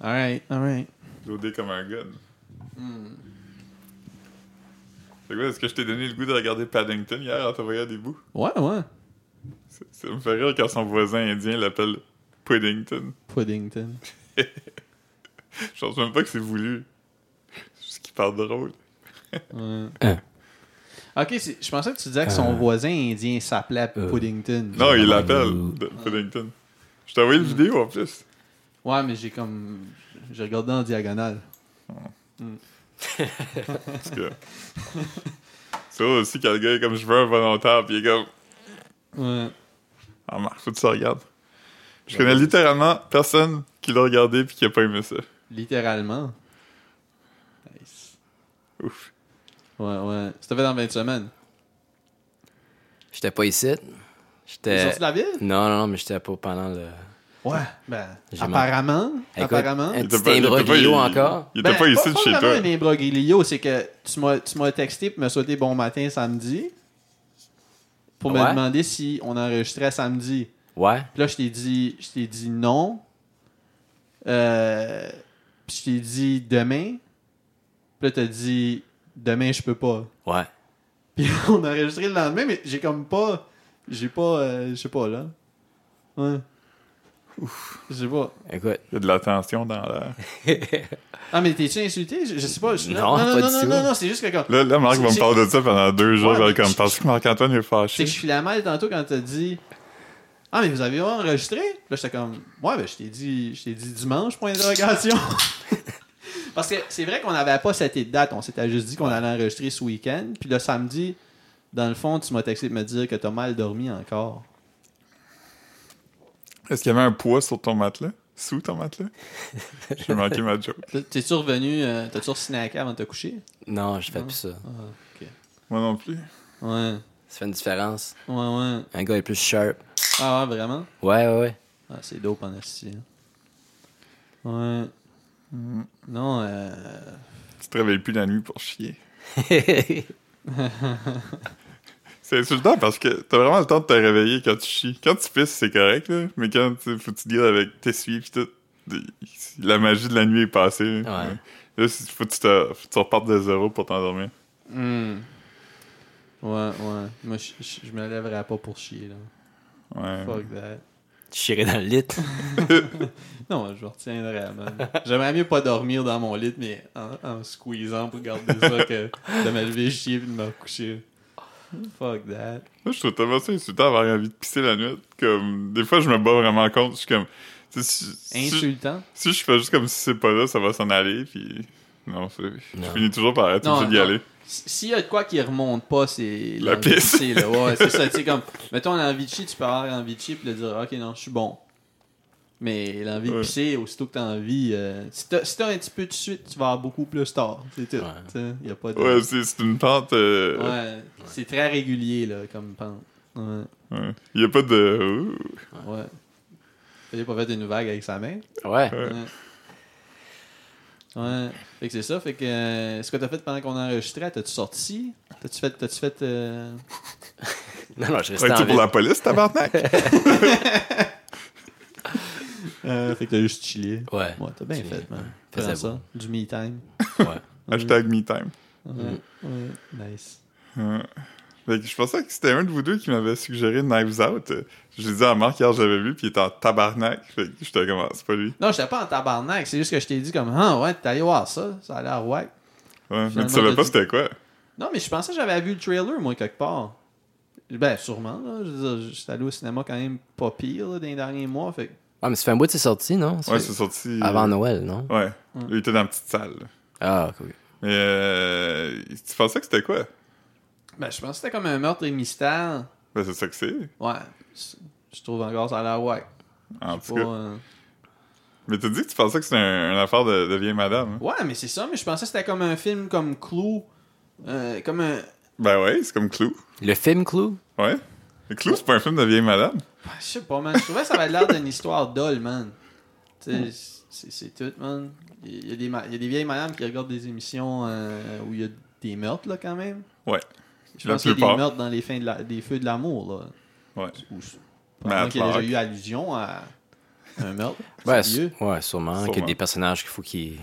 Alright, alright. Loadé comme un gun. Fait que ouais, est-ce que je t'ai donné le goût de regarder Paddington hier en t'envoyant des bouts? Ouais, ouais. Ça, ça me fait rire quand son voisin indien l'appelle Puddington. Puddington. Je pense même pas que c'est voulu. C'est Juste qu'il parle drôle. Ouais. Hein. Ok, c'est- je pensais que tu disais que son Euh. voisin indien s'appelait Euh. Puddington. Non, il Ouh. l'appelle de- Puddington. Je t'ai envoyé le vidéo en plus. Ouais, mais j'ai comme. J'ai regardé en diagonale. Parce que. C'est vrai aussi quand le gars est comme je veux un volontaire, puis il est comme. Ouais. Ah, marre, faut que tu le regardes. Je connais littéralement personne qui l'a regardé puis qui a pas aimé ça. Littéralement. Nice. Ouf. Ouais, ouais. C'était fait dans 20 semaines. J'étais pas ici. T'es J'étais. sorti de la ville? Non, non, non, mais j'étais pas pendant le. Ouais. Ben, J'ai mal. apparemment. Écoute, apparemment. Un Il était petit pas- il était pas- imbroglio il- encore. Il était Ben, pas ici de pas chez vraiment toi. un imbroglio, c'est que tu m'as tu m'as texté pour me souhaiter bon matin samedi pour me Ouais. demander si on enregistrait samedi. Ouais. Puis là, je t'ai dit, je t'ai dit non. Euh, puis je t'ai dit demain. Puis là, t'as dit demain, je peux pas. Ouais. Puis on a enregistré le lendemain, mais j'ai comme pas. J'ai pas. euh, je sais pas, là. Ouais. Ouf. Je sais pas. Écoute. Il y a de la tension dans l'air. Ah, mais t'es-tu insulté? Je, je sais pas. je suis là. non, Non, pas non, du non, tout. non, non, c'est juste que quand. Là, là, Marc va C'est- me parler de ça pendant deux jours. Ouais, genre, mais comme, je- Penses-tu que Marc-Antoine est C'est fâché? que je suis la mal tantôt quand t'as dit Ah, mais vous avez enregistré Là, j'étais comme Ouais, ben je t'ai dit, je t'ai dit dimanche, point d'interrogation. Parce que c'est vrai qu'on n'avait pas cette date. On s'était juste dit qu'on allait enregistrer ce week-end. Puis le samedi, dans le fond, tu m'as texté de me dire que t'as mal dormi encore. Est-ce qu'il y avait un poids sur ton matelas? Sous ton matelas? J'ai manqué ma joke. T'es- T'es-tu revenu euh, T'as-tu snacké avant de te coucher Non, je fais Non. plus ça. Moi non plus. Ouais. Ça fait une différence. Ouais, ouais. Un gars est plus sharp. Ah, ouais, vraiment Ouais, ouais, ouais. Ah, c'est dope en esti. hein. Ouais. Non, euh. Tu te réveilles plus la nuit pour chier. C'est insultant parce que t'as vraiment le temps de te réveiller quand tu chies. Quand tu pisses, c'est correct, là. Mais quand tu faut que tu deal avec t'essuyer pis tout, la magie de la nuit est passée. là. Ouais. Là, c'est- faut que tu, te, faut que tu repartes de zéro pour t'endormir. Hmm. Ouais, ouais. Moi, je- je je me lèverais pas pour chier, là. Ouais. Fuck that. Tu chierais dans le lit. Non, je retiendrais, man. J'aimerais mieux pas dormir dans mon lit, mais en, en me squeezant pour garder ça que de me lever chier puis de me recoucher. Fuck that. Moi, je trouve tellement ça insultant d'avoir envie de pisser la nuit. Comme, des fois, je me bats vraiment contre. Je suis comme. tu sais, Si, si- Insultant. si je fais juste comme si c'est pas là, ça va s'en aller, puis. Non, c'est- je Non. finis toujours par être Non, obligé d'y non. aller. S- S'il y a de quoi qui remonte pas, c'est La l'envie de pisse. pisser, là. Ouais, c'est ça. Tu sais, comme, mettons, on a envie de chier, tu peux avoir envie de chier puis de dire, ok, non, je suis bon. Mais l'envie de Ouais. pisser, aussitôt que t'as envie, euh, si t'as si t'as un petit peu de suite, tu vas avoir beaucoup plus tard. C'est tout. Ouais. Tu sais, y a pas de. Ouais, c'est c'est une pente. euh, Ouais, c'est très régulier, là, comme pente. Ouais. ouais. Il y a pas de. ouais. Philippe a fait une vague avec sa main. Ouais. Ouais. Ouais. Ouais. Fait que c'est ça. Fait que euh, ce que t'as fait pendant qu'on enregistrait, t'as-tu sorti? T'as-tu fait... T'as-tu fait... euh, Non, non, je restais en Travailles-tu pour ville. la police, tabarnak? euh, fait que t'as juste chillé. Ouais. Ouais, t'as bien Chillé, fait, man. Faisait Faisais beau. ça. Du me time. Ouais. Hashtag me time. Ouais. ouais. Nice. Ouais. Fait que je pensais que c'était un de vous deux qui m'avait suggéré Knives Out. Je dit à Marc hier, j'avais vu, puis il était en tabarnak. Fait que j'étais comme, ah, c'est pas lui. Non, j'étais pas en tabarnak. C'est juste que je t'ai dit comme, ah ouais, t'es allé voir ça. Ça a l'air wack. Ouais, mais Finalement, tu savais t'as pas dit- c'était quoi. Non, mais je pensais que j'avais vu le trailer, moi, quelque part. Ben, sûrement, là. Je veux dire, j'étais allé au cinéma quand même pas pire, là, dans les derniers mois. Fait que- Ouais, mais ça fait un bout de ses sorties, non? Ça Ouais, fait- c'est sorti. euh, Avant Noël, non? Ouais. Il était dans la petite salle. là. Ah, cool. Mais euh, tu pensais que c'était quoi? Ben, je pensais que c'était comme un meurtre et mystère. Ben, c'est ça que c'est. Ouais. c'est- Je trouve encore ça a l'air wack. En Pas, tout cas. euh, Mais t'as dit que tu pensais que c'était un, une affaire de, de vieille madame. hein? Ouais, mais c'est ça, mais je pensais que c'était comme un film comme Clou. euh, comme un. Ben ouais, c'est comme Clou. Le film Clou? Ouais. Mais Clou, c'est pas un film de vieille madame. Ah, Je sais pas, man. Je trouvais que ça avait l'air d'une histoire dolle, man. Tu sais, c'est- c'est tout, man. Il y, a des ma- il y a des vieilles madames qui regardent des émissions euh, où il y a des meurtres, là, quand même. Ouais. Je La pense qu'il y a des plupart. meurtres dans les, fins de la- des feux de l'amour, là. Ouais. Ou je- probablement Matt qu'il y a déjà Lark. eu allusion à, Un meurtre. Ouais, C'est su- vieux. ouais, sûrement. Qu'il y Sûrement. a des personnages qu'il faut qu'ils.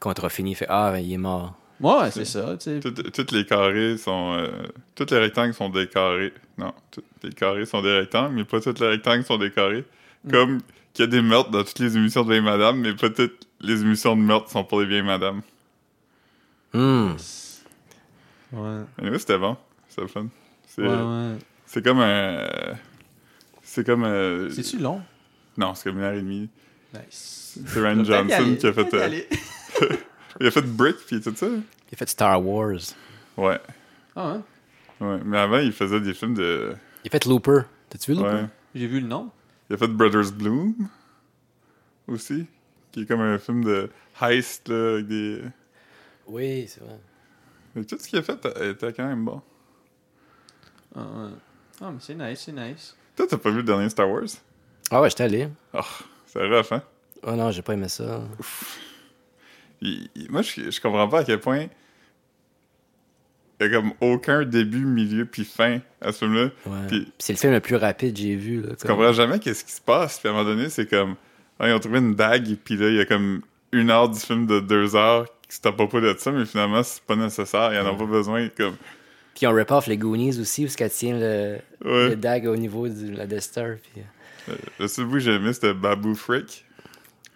Quand on finit, il fait Ah, ben, il est mort. Ouais, c'est ça, tu sais. Toutes- Toutes les carrés sont. euh, toutes les rectangles sont des carrés. Non, toutes les carrés sont des rectangles, mais pas toutes les rectangles sont des carrés. Mm. Comme qu'il y a des meurtres dans toutes les émissions de Vieille Madame, mais pas toutes les émissions de meurtres sont pour les Vieilles Madame. Hum. Ouais. Mais oui, c'était bon. C'était le fun. C'est Ouais, ouais. c'est comme un. C'est comme. euh, C'est-tu long? Non, c'est comme une heure et demie. Nice. C'est Ryan Ben Johnson qui a fait. euh, Ah, il a fait Brick puis tout ça. Il a fait Star Wars. Ouais. Ah, ouais. Ouais. Mais avant, il faisait des films de. Il a fait Looper. T'as-tu vu Looper? Ouais. J'ai vu le nom. Il a fait Brothers Bloom aussi, qui est comme un film de heist là, avec des. Oui, c'est vrai. Mais tout ce qu'il a fait euh, était quand même bon. Ah, ouais. Ah, mais c'est nice, c'est nice. Toi, t'as pas vu le dernier Star Wars? Ah ouais, j'étais allé. Oh, c'est rough, hein? Oh non, j'ai pas aimé ça. Il- il- moi, je, je comprends pas à quel point il y a comme aucun début, milieu, puis fin à ce film-là. Ouais. Puis- Puis C'est le film le plus rapide que j'ai vu. là, Tu comme- comprends jamais qu'est-ce qui se passe, puis à un moment donné, c'est comme. ah, ils ont trouvé une dague, puis là, il y a comme une heure du film de deux heures qui se tape pas de ça, mais finalement, c'est pas nécessaire, ils en ont pas besoin. Comme... Puis on rip off les Goonies aussi, parce qu'elle tient le, Ouais. le dag au niveau de la Death Star. puis- euh. Le seul bout que j'ai aimé, c'était Babou Frick.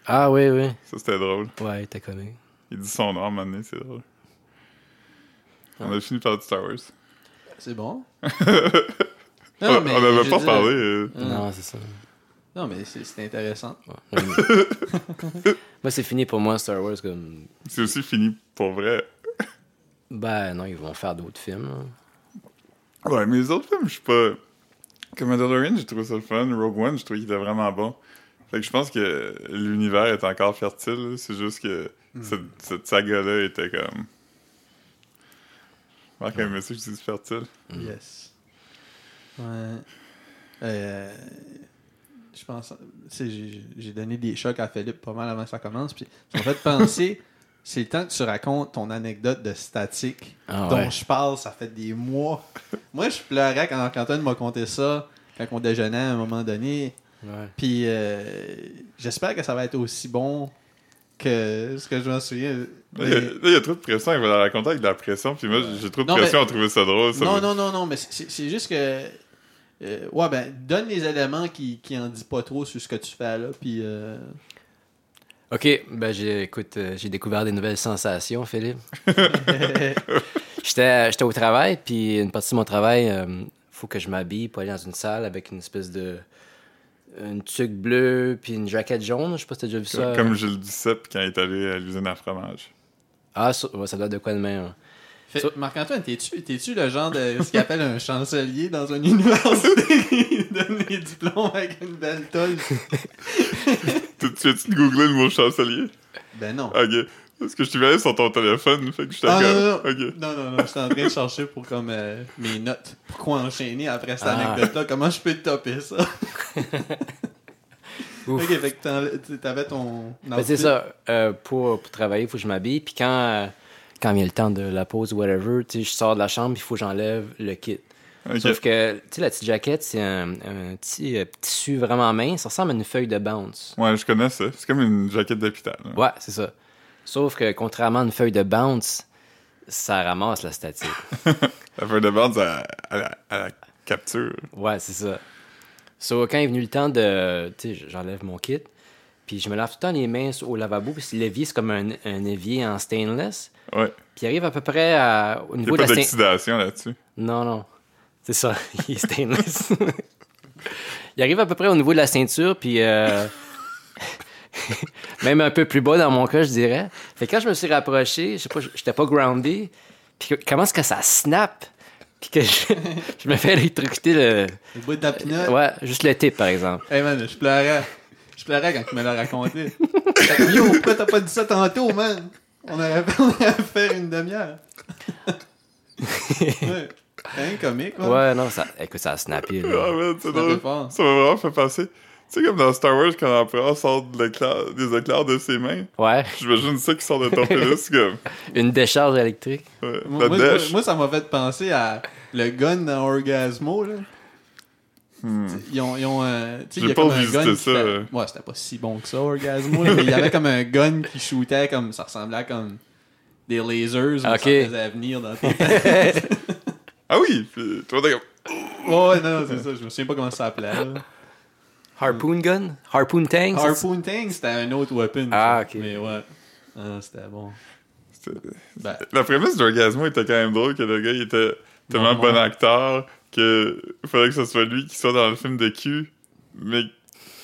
Ah oui, oui. Ça, c'était drôle. Ouais, t'as connu. Il dit son nom à un moment donné, c'est drôle. On a fini par du Star Wars. C'est bon. on Ah, on n'avait je pas veux dire- parlé. euh, Hum. Non, c'est ça. Non, mais c'est c'est intéressant. Ouais. moi, c'est fini pour moi, Star Wars. Comme... C'est aussi fini pour vrai. Ben non, ils vont faire d'autres films. là. Ouais, mais les autres films, je suis pas. Comme Mandalorian, j'ai trouvé ça le fun. Rogue One, je trouvais qu'il était vraiment bon. Fait que je pense que l'univers est encore fertile. là. C'est juste que cette, cette saga-là était comme. Marc un monsieur qui dit fertile. Mm. Yes. Ouais. Euh, je pense. tu sais, J'ai j'ai donné des chocs à Philippe pas mal avant que ça commence. Puis, ça m'a fait penser. C'est le temps que tu racontes ton anecdote de statique Ah dont ouais. je parle, ça fait des mois. Moi, je pleurais quand Antoine m'a conté ça, quand on déjeunait à un moment donné. Ouais. Puis euh, j'espère que ça va être aussi bon que ce que je m'en souviens. Là, Mais- il y a- là, il y a trop de pression. Il va la raconter avec de la pression. Puis moi, j'ai trop de Non, pression mais- à trouver ça drôle. ça Non, me- non, non, non, mais c'est c'est juste que. euh, ouais, ben, donne les éléments qui, qui en disent pas trop sur ce que tu fais là, puis. euh, Ok, ben j'ai, écoute, euh, j'ai découvert des nouvelles sensations, Philippe. J'étais, euh, j'étais au travail, puis une partie de mon travail, euh, faut que je m'habille pour aller dans une salle avec une espèce de. une tuque bleue, puis une jaquette jaune. Je sais pas si t'as déjà vu ça. Comme Gilles Duceppe quand il est allé à l'usine à fromage. Ah, ça, ouais, ça doit être de quoi de même. hein. Fait- Ça- Marc-Antoine, t'es-tu t'es-tu le genre de ce qu'il appelle un chancelier dans une université qui donne les diplômes avec une belle tôle? Tu tu as-tu googlé le mot chancelier? Ben non. Ok. Parce que je t'ai vu aller sur ton téléphone, fait que je t'ai Ah, non, non, non. Ok. non, non, non, j'étais en train de chercher pour comme euh, mes notes. Pourquoi enchaîner après cette Ah. anecdote-là? Comment je peux te topper ça? Ouf. ok, fait que t'en- t'avais ton. Ben, c'est ça. euh, pour, pour travailler, il faut que je m'habille. Puis quand, euh, quand vient le temps de la pause ou whatever, tu sais, je sors de la chambre, il faut que j'enlève le kit. Ok. Sauf que, tu sais, la petite jaquette, c'est un, un petit euh, tissu vraiment mince. Ça ressemble à une feuille de bounce. Ouais, je connais ça. C'est comme une jaquette d'hôpital. hein. Ouais, c'est ça. Sauf que, contrairement à une feuille de bounce, ça ramasse la statique. La feuille de bande, à, à la- à la capture. Ouais, c'est ça. So, quand est venu le temps de. Tu sais, j'enlève mon kit, puis je me lave tout le temps les mains au lavabo, puis l'évier, c'est comme un, un évier en stainless, Ouais. puis il arrive à peu près à- au Il n'y niveau a de pas la stain- d'oxydation là-dessus. Non, non. C'est ça, il est stainless. il arrive à peu près au niveau de la ceinture, puis euh, même un peu plus bas dans mon cas, je dirais. Fait que quand je me suis rapproché, je sais pas, j'étais pas groundé, puis que- comment est-ce que ça snap, puis que je, je me fais électrocuter le... Le bout de ta pinotte. Ouais, juste le tip, par exemple. Hey man, je pleurais. Je pleurais quand tu me l'as raconté. J'étais comme, Yo, pourquoi t'as pas dit ça tantôt, man? On aurait on aurait pu faire une demi-heure. ouais. Hein, comique, man. Ouais, non, ça, écoute, ça a snappé, Ah, là. man, c'est Ça drôle. fait fort. Ça m'a vraiment fait passer. Tu sais, comme dans Star Wars, quand l'empereur sort de l'éclair- des éclairs de ses mains, Ouais, j'imagine ça qui sort de ton pénis, comme. une décharge électrique. ouais, Moi, la moi, dèche. moi, ça m'a fait penser à le gun dans Orgasmo, là. Hmm. Ils ont. Ils ont euh, tu sais, il y J'ai a comme pas un visité gun. qui ça, fait- euh. Ouais, c'était pas si bon que ça, Orgasmo. là, mais il y avait comme un gun qui shootait, comme ça ressemblait à comme des lasers. mais Ça Ok. faisait à venir dans tes têtes. Ah oui, puis toi, t'es comme. ouais, non, non, c'est ça. Je me souviens pas comment ça s'appelait. là. Harpoon gun? Harpoon tank? c'est- Harpoon Tang, c'était un autre weapon. Ah, ça. ok. Mais ouais. Ah, c'était bon. C'était- Ben, La prémisse d'Orgasmo était quand même drôle que le gars il était tellement Non, bon non. acteur que fallait que ce soit lui qui soit dans le film de cul, mais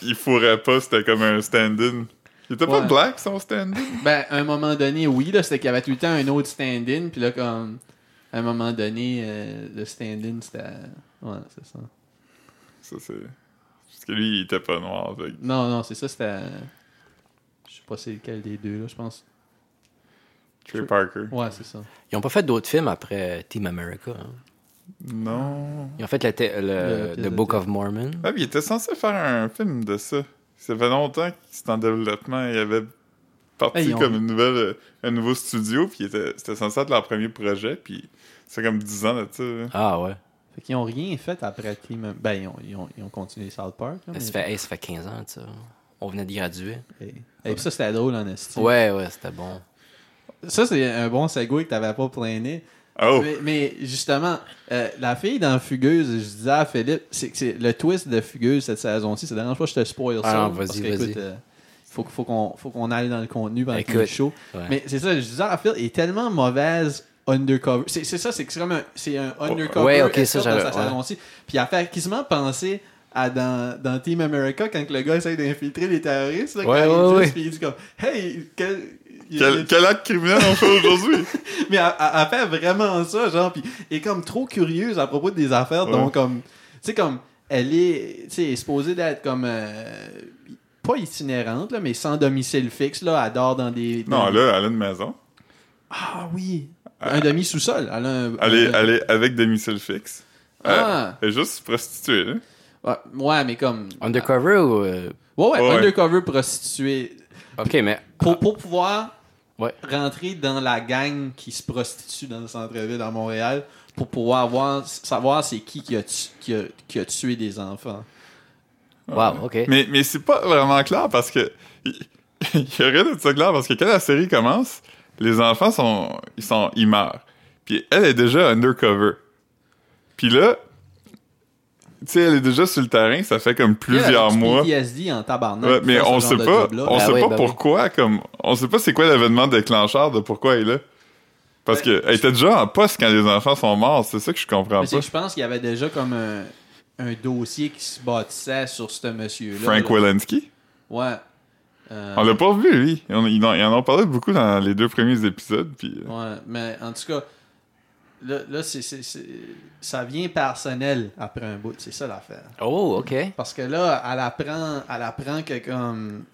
il fourrait pas, c'était comme un stand-in. Il était pas Ouais. black son stand-in? Ben, à un moment donné, oui, là, c'était qu'il y avait tout le temps un autre stand-in, puis là, comme, à un moment donné, euh, le stand-in, c'était... Ouais, c'est ça. Ça c'est. Parce que lui il était pas noir. fait que- Non, non, c'est ça, c'était... Je sais pas c'est lequel des deux, là, je pense. Trey Parker. Ouais, c'est ça. Ils ont pas fait d'autres films après Team America. hein. Non. Ils ont fait la te- le, Le- The Book of Mormon. Ah, puis il était censé faire un film de ça. Ça fait longtemps que c'était en développement. Il avait parti Hey, ils ont- comme une nouvelle, euh, un nouveau studio, puis il était- c'était censé être leur premier projet, puis c'est comme 10 ans là-dessus. là. Ah ouais. Fait qu'ils ont rien fait après Team... Ben, ils ont, ils ont, ils ont continué South Park, là, mais- Ça fait, hey, ça fait 15 ans, ça. On venait de graduer. Et, et puis ça, c'était drôle, en esti. Ouais, ouais, c'était bon. Ça, c'est un bon segway que t'avais pas plané. Oh! Mais, mais justement, euh, la fille dans Fugueuse, je disais à Philippe, c'est que c'est le twist de Fugueuse cette saison-ci. Ça dérange pas, que je te spoil Ah ça. non, vas-y, parce que, vas-y. écoute, euh, faut, faut qu'on faut qu'on aille dans le contenu pendant Écoute, le show. ouais. Mais c'est ça, je disais à Phil, il est tellement mauvaise undercover. C'est c'est ça, c'est que c'est comme un, c'est un undercover Oh, Ouais, ok, ça, escorte dans j'avais- sa ouais. saison-ci. Puis il a fait quasiment penser à dans, dans Team America quand le gars essaye d'infiltrer les terroristes. Là, Ouais, quand ouais, il ouais. juste, puis il dit comme Hey, quel. il- il- Quel, quel acte criminel on fait aujourd'hui? mais elle, elle- elle fait vraiment ça, genre, puis elle est comme trop curieuse à propos des affaires, Ouais. donc comme, tu sais, comme, elle est, tu sais, elle est supposée d'être comme, euh, pas itinérante, là, mais sans domicile fixe, là, elle dort dans des... non, dans- là, elle a une maison. Ah oui! Un demi-sous-sol, elle a un... Elle est, un- elle est avec des missiles fixes. Elle, Ah. elle est juste prostituée. hein. là. Ouais, ouais, mais comme... Undercover ou. euh, Ouais, ouais, Ouais. undercover prostituée. Ok, mais. Pour, pour pouvoir Ouais. rentrer dans la gang qui se prostitue dans le centre-ville à Montréal, pour pouvoir avoir, savoir c'est qui qui a tu- qui a- qui a tué des enfants. Wow, ok. Mais, mais c'est pas vraiment clair parce que. Il il y a rien de ça clair parce que quand la série commence, les enfants sont. Ils, sont, ils meurent. Puis elle est déjà undercover. Puis là. Tu sais, elle est déjà sur le terrain, ça fait comme plusieurs mois. PTSD en tabarnak. Ouais, mais pour on ce sait genre de pas, job-là. on Bah sait oui, pas bah oui. pourquoi, comme, on sait pas c'est quoi l'événement déclencheur de pourquoi elle est là. Parce Ben, que elle était déjà en poste quand les enfants sont morts, c'est ça que je comprends Mais c'est pas. que je pense qu'il y avait déjà comme un, un dossier qui se bâtissait sur ce monsieur-là. Frank là. Walensky? Ouais. Euh, On l'a pas vu, lui. On- ils, en, ils en ont parlé beaucoup dans les deux premiers épisodes, puis... euh, ouais, mais en tout cas, là, là, c'est, c'est- c'est- ça vient personnel après un bout. C'est ça l'affaire. Oh, ok. Parce que là, elle apprend, elle apprend que comme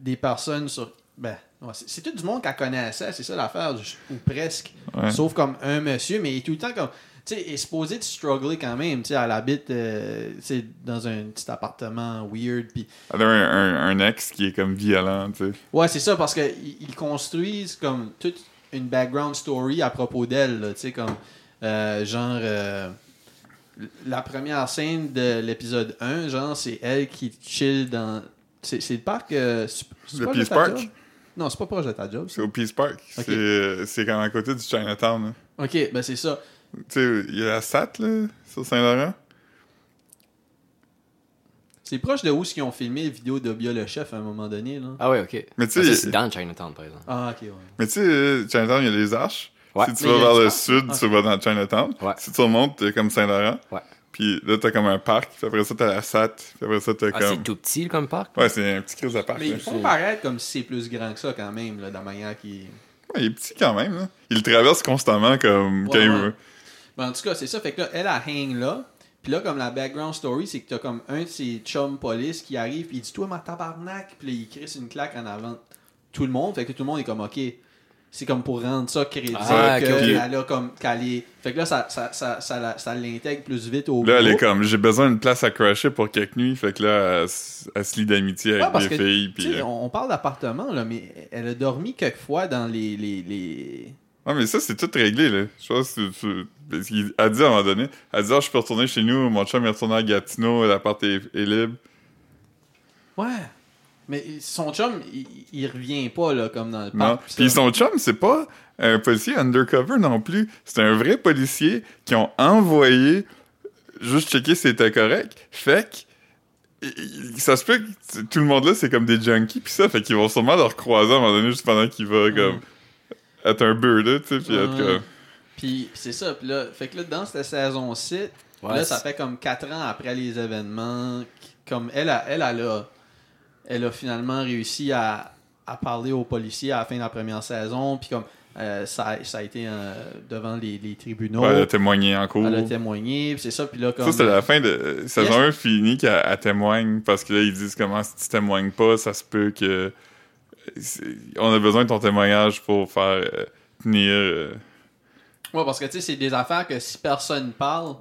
des personnes sur. Ben, ouais, c'est, c'est tout du monde qu'elle connaissait, c'est ça l'affaire, ju- ou presque. Ouais. Sauf comme un monsieur, mais il est tout le temps comme. Tu sais, il est supposé de struggler quand même. Tu sais, elle habite euh, tu sais, dans un petit appartement weird. Puis Elle a un, un- un ex qui est comme violent, tu sais. Ouais, c'est ça, parce qu'ils construisent comme toute une background story à propos d'elle, là, tu sais, comme euh, genre. euh, la première scène de l'épisode 1, genre, c'est elle qui chill dans. C'est c'est le parc. euh, c'est- c'est Le proche de Peace ta Park? job? Non, c'est pas proche de ta job. ça. C'est au Peace Park. Ok. C'est, euh, C'est comme à côté du Chinatown, là. Ok, ben c'est ça. Tu sais, il y a la SAT, là, sur Saint-Laurent. C'est proche de où ils ont filmé la vidéo de Bia le chef à un moment donné, là. Ah, ouais, ok. Mais tu Ah, ça, sais, c'est dans Chinatown, par exemple. Ah, ok, ouais. Mais tu sais, euh, Chinatown, il y a les arches. Ouais. Si tu Mais vas il y a vers du le parc. sud, tu vas dans Chinatown. Ouais. Si tu remontes, t'es comme Saint-Laurent. Ouais. Puis là, t'as comme un parc. Puis après ça, t'as la SAT. Puis après ça, t'as Ah, c'est comme. tout petit comme parc? Ouais, Ah, c'est un petit crise de parc. Mais là. ils font paraître comme si c'est plus grand que ça, quand même, là, de la manière qui. Ouais, il est petit quand même. Là. Il le traverse constamment comme. Ouais, quand il ouais. veut. Ben, en tout cas, c'est ça. Fait que là, elle, elle hang là. Puis là, comme la background story, c'est que t'as comme un de ses chums police qui arrive, puis il dit Toi, ma tabarnak. Puis là, il crisse une claque en avant. Tout le monde. Fait que tout le monde est comme OK. C'est comme pour rendre ça crédible. Ah, que ok, ok. elle a comme. qu'elle est- Fait que là, ça, ça, ça, ça, la- ça l'intègre plus vite au. Là, elle est groupe. comme. J'ai besoin d'une place à crasher pour quelques nuits. Fait que là, elle, s- elle se lie d'amitié Ouais, avec parce des que, filles. tu Puis. sais, euh, on, on parle d'appartement, là, mais elle a dormi quelques fois dans les, les, les, Ouais, mais ça, c'est tout réglé, là. Je pense que tu- parce qu'il a dit à un moment donné, elle a dit, Ah, je peux retourner chez nous, mon chum est retourné à Gatineau, l'appart est, est libre. Ouais. Mais son chum, il, il revient pas, là, comme dans le Non. parc. pis Ah, ça. Puis son chum, c'est pas un policier undercover non plus. C'est un vrai policier qui ont envoyé juste checker si c'était correct. Fait que il- il- ça se peut que t- tout le monde là, c'est comme des junkies, puis ça, fait qu'ils vont sûrement leur croiser à un moment donné juste pendant qu'il va comme être un bird, là, tu sais, puis être Ouais. comme. Puis c'est ça. Puis là, fait que là, dans cette saison-ci, Ouais, là, ça c'est- fait comme 4 ans après les événements. qui- Comme elle, a- elle, elle, a, elle a finalement réussi à, à parler aux policiers à la fin de la première saison. Puis comme euh, ça, a- ça a été euh, devant les, les tribunaux. Ouais, elle a témoigné en cours. Elle a témoigné. Puis c'est ça. Puis là, comme. Ça, c'est la fin de euh, saison 1 finie qu'elle elle témoigne parce que là, ils disent comment si tu témoignes pas, ça se peut que. euh, c'est- On a besoin de ton témoignage pour faire euh, tenir. euh, Ouais, parce que tu sais, c'est des affaires que si personne parle,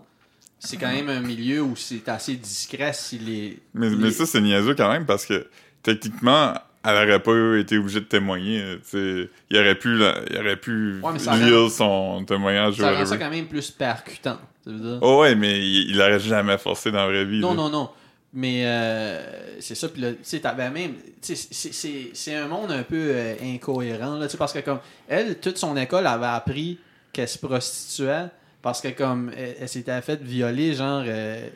c'est quand même un milieu où c'est assez discret si les. Mais, les- mais ça, c'est niaiseux quand même parce que techniquement, elle aurait pas été obligée de témoigner. euh, tu sais. Il aurait pu, la- il aurait pu Ouais, mais ça lire rend- son témoignage ou ça rend ça whatever. quand même plus percutant. Ça veut dire. Oh ouais, mais il, il l'aurait jamais forcé dans la vraie vie. Non, là. non, non. Mais euh, c'est ça. Puis là, tu sais, t'avais même. tu sais, c'est- c'est- C'est un monde un peu euh, incohérent, là. Tu sais, parce que, comme, elle, toute son école avait appris qu'elle se prostituait parce que, comme, elle, elle s'était faite violer, genre, euh,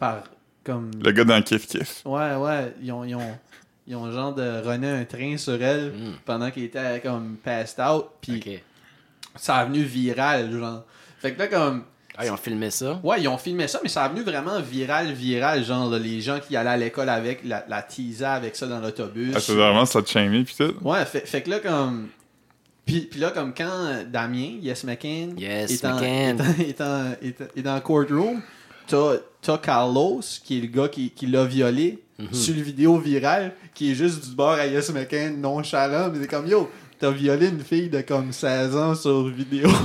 par. Comme. Le gars dans Kif Kif. Ouais, ouais. Ils ont, ils ont, ils ont, genre, de runner un train sur elle Mm. pendant qu'elle était, comme, passed out. Puis Ok. ça a venu viral, genre. Fait que là, comme. Ah, ils ont filmé ça. Ouais, ils ont filmé ça, mais ça a venu vraiment viral, viral. Genre, là, les gens qui allaient à l'école avec la, la teaser avec ça dans l'autobus. Elle se faisait vraiment slut-shamer pis tout. ouais, fait, fait que là, comme. Puis, puis là, comme quand euh, Damien, Yes McCain, Yes, est, en, McCann. est, en- est en- est en- est dans le courtroom, t'as t'as Carlos, qui est le gars qui, qui l'a violé, Mhm. sur le vidéo virale, qui est juste du bord à Yes McCain, nonchalant, mais c'est comme yo, t'as violé une fille de comme 16 ans sur vidéo.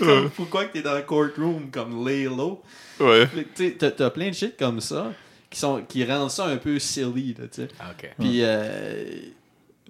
Comme, pourquoi que t'es dans le courtroom comme Lalo? Ouais. Fait que, tu sais, T'as t'as plein de shit comme ça qui, sont, qui rendent ça un peu silly, là, tu sais. Ah, ok. Puis, euh,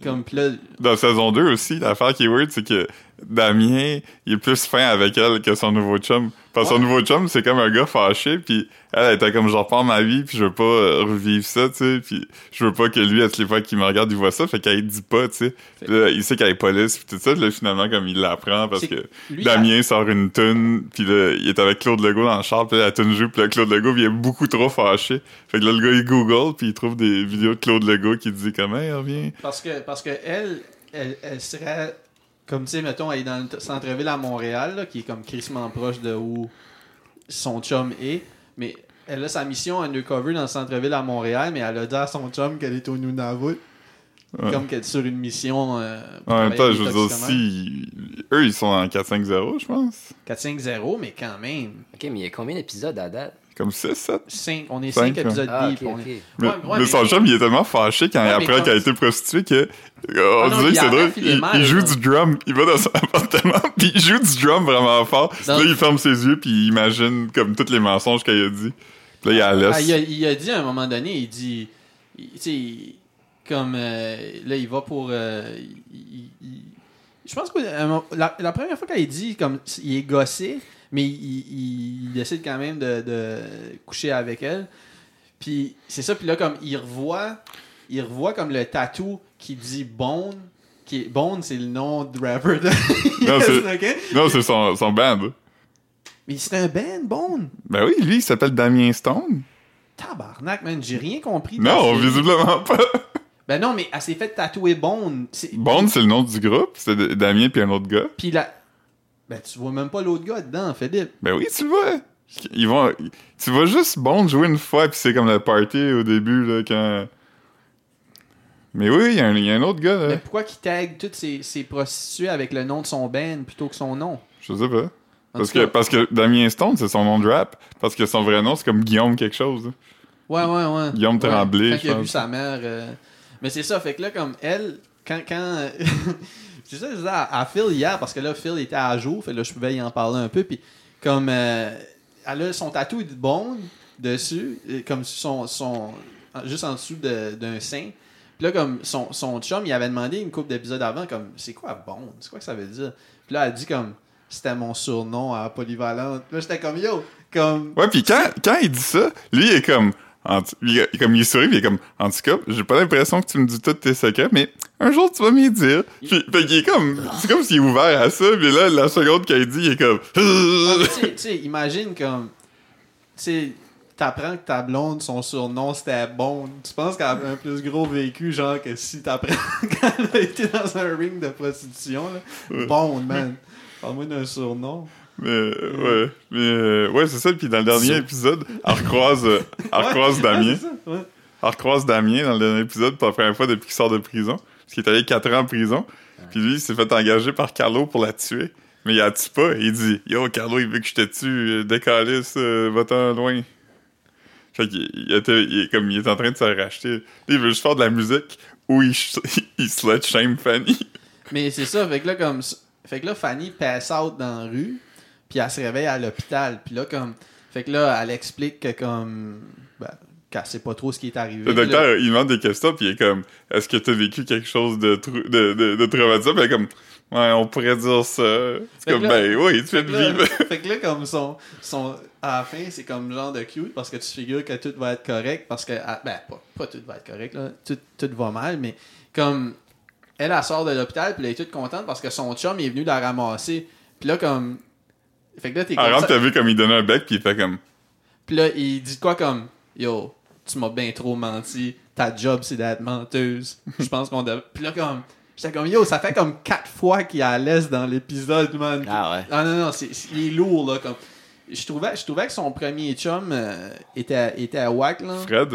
comme, pis là, Dans saison 2 aussi, l'affaire qui est weird, c'est que Damien, il est plus fin avec elle que son nouveau chum. Parce que son nouveau chum, c'est comme un gars fâché, puis elle, elle était comme, je repars ma vie, puis je veux pas euh, revivre ça, tu sais, puis je veux pas que lui, à toutes les fois qu'il me regarde, il voit ça, fait qu'elle dit pas, tu sais. Puis là, il sait qu'elle est police, puis tout ça, puis là, finalement, comme il l'apprend, parce C'est- que lui, Damien sort une tune, puis là, il est avec Claude Legault dans le char, puis là, la tune joue, puis là, Claude Legault, il est beaucoup trop fâché. Fait que là, le gars, il Google, puis il trouve des vidéos de Claude Legault qui dit comme, hey, reviens. Parce que, parce que elle, elle, elle serait, comme tu sais, mettons, elle est dans le t- centre-ville à Montréal, là, qui est comme crissement proche de où son chum est, mais elle a sa mission undercover dans le centre-ville à Montréal, mais elle a dit à son chum qu'elle est au Nunavut, Ouais. comme qu'elle est sur une mission. euh, pour En même temps, travailler je veux les dire, si. Eux, ils sont en 4-5-0, je pense. 4-5-0, mais quand même. Ok, mais il y a combien d'épisodes à date? Comme 6-7. Cinq- on est Cinq, hein. 5 épisodes Ah, deep. ok, on est- ok. Mais, Ouais, ouais, mais son mais- chum, il est tellement fâché quand Ouais, il mais apprend quand- qu'elle a été prostituée que. euh, Ah On non, dirait il que c'est arrête, drôle. il est Il, mal, il joue là. du drum. Il va dans son appartement, puis il joue du drum vraiment fort. Dans- Là, il ferme ses yeux, puis il imagine comme tous les mensonges qu'elle a dit. Puis là, il la Ah, laisse. il, a, il a dit à un moment donné, il dit, il- tu sais, il- comme euh, là, il va pour. euh, il- il- il- je pense que euh, mon- la, la première fois qu'elle dit, comme il est gossé, mais il, il- il décide quand même de, de coucher avec elle. Puis c'est ça, puis là, comme il revoit, il revoit comme le tatou qui dit Bone. Qui est, Bone, c'est le nom de rapper de Non, Yes, c'est- ok? Non, c'est son, son band. Mais c'est un band, Bone. Ben oui, lui, il s'appelle Damien Stone. Tabarnak, man, j'ai rien compris. de la Non, série. visiblement pas. Ben non, mais elle s'est fait tatouer Bone. C'est- Bond, c'est le nom du groupe. C'est de- Damien, puis un autre gars. Puis la. Ben tu vois même pas l'autre gars dedans, Philippe. Ben oui, tu le vois. Ils vont, tu vas juste Bond jouer une fois, puis c'est comme la party au début, là, quand... Mais oui, il y, a un- il y a un autre gars, là. Mais Ben, pourquoi qu'il tag toutes ses, ses prostituées avec le nom de son band plutôt que son nom? Je sais pas. En Parce tout que, cas, parce que Damien Stone, c'est son nom de rap. Parce que son vrai nom, c'est comme Guillaume quelque chose. là. Ouais, ouais, ouais. Guillaume Ouais, Tremblay, Quand je il a vu pense. sa mère. euh, Mais c'est ça, fait que là, comme elle, quand. quand... c'est ça, je disais à, à Phil hier, parce que là, Phil était à jour, fait que là, je pouvais y en parler un peu. Puis comme. euh, Elle a son tatou de Bone dessus, et comme son. son... Juste en dessous de- d'un sein. Puis là, comme son, son chum, il avait demandé une couple d'épisodes avant, comme, c'est quoi Bond? C'est quoi que ça veut dire? Puis là, elle dit comme, c'était mon surnom à Polyvalente. Là, j'étais comme, yo, comme, Ouais, puis quand, quand il dit ça, lui, il est comme. en tout- il, est- comme il sourit, puis il est comme. En tout cas, j'ai pas l'impression que tu me dis tous tes secrets, mais un jour, tu vas me les dire. Puis, fait qu'il est comme. C'est comme s'il est ouvert à ça, mais là, la seconde qu'il dit, il est comme. Ah, mais tu sais- tu sais, imagine comme. Tu sais, t'apprends que ta blonde, son surnom c'était Bond. Tu penses qu'elle avait un plus gros vécu, genre que si t'apprends qu'elle a été dans un ring de prostitution, là. Bond, man. Parle-moi d'un surnom. Mais, Mm. euh, ouais. Mais, euh, ouais, c'est ça. Puis dans le dernier Ça. épisode, elle recroise, euh, elle recroise Ouais, ouais, Damien. Ah, c'est ça, ouais. Elle recroise Damien dans le dernier épisode pour la première fois depuis qu'il sort de prison. Parce qu'il est allé 4 ans en prison. Puis lui, il s'est fait engager par Carlo pour la tuer. Mais il la tue pas. Il dit Yo, Carlo, il veut que je te tue. euh, Décalisse, euh, va-t'en loin. Fait qu'il il était, il est comme, il est en train de se racheter. Il veut juste faire de la musique où il, ch- il slut shame Fanny. Mais c'est ça, fait que là, comme. Fait que là, Fanny passe out dans la rue, puis elle se réveille à l'hôpital. Puis là, comme. Fait que là, elle explique que, comme. Ben, qu'elle sait pas trop ce qui est arrivé. Le Puis là- docteur, il demande des questions, puis il est comme Est-ce que t'as vécu quelque chose de, trou- de, de, de traumatisant Puis elle est comme Ouais, on pourrait dire ça. Fait C'est que comme là- Ben oui, tu Fait fais de que, là, vivre. fait que là, comme son, son. À la fin, c'est comme genre de cute parce que tu figures que tout va être correct. Parce que. ah, Ben, pas, pas tout va être correct, là. Tout, tout va mal, mais comme. Elle, elle sort de l'hôpital, puis elle est toute contente parce que son chum est venu la ramasser. Puis là, comme. Fait que là, t'es Elle comme. Ah, rentre, ça- t'as vu comme il donnait un bec, puis il fait comme Puis là, il dit quoi comme. Yo, tu m'as bien trop menti. Ta job, c'est d'être menteuse. Je pense qu'on devrait. Puis là, comme. J'étais comme, yo, ça fait comme quatre fois qu'il est à l'aise dans l'épisode, man. Ah ouais. Ah non, non, c'est, c'est- il est lourd, là. Comme... Je, trouvais, je trouvais que son premier chum euh, était, à- était à whack, là. Fred.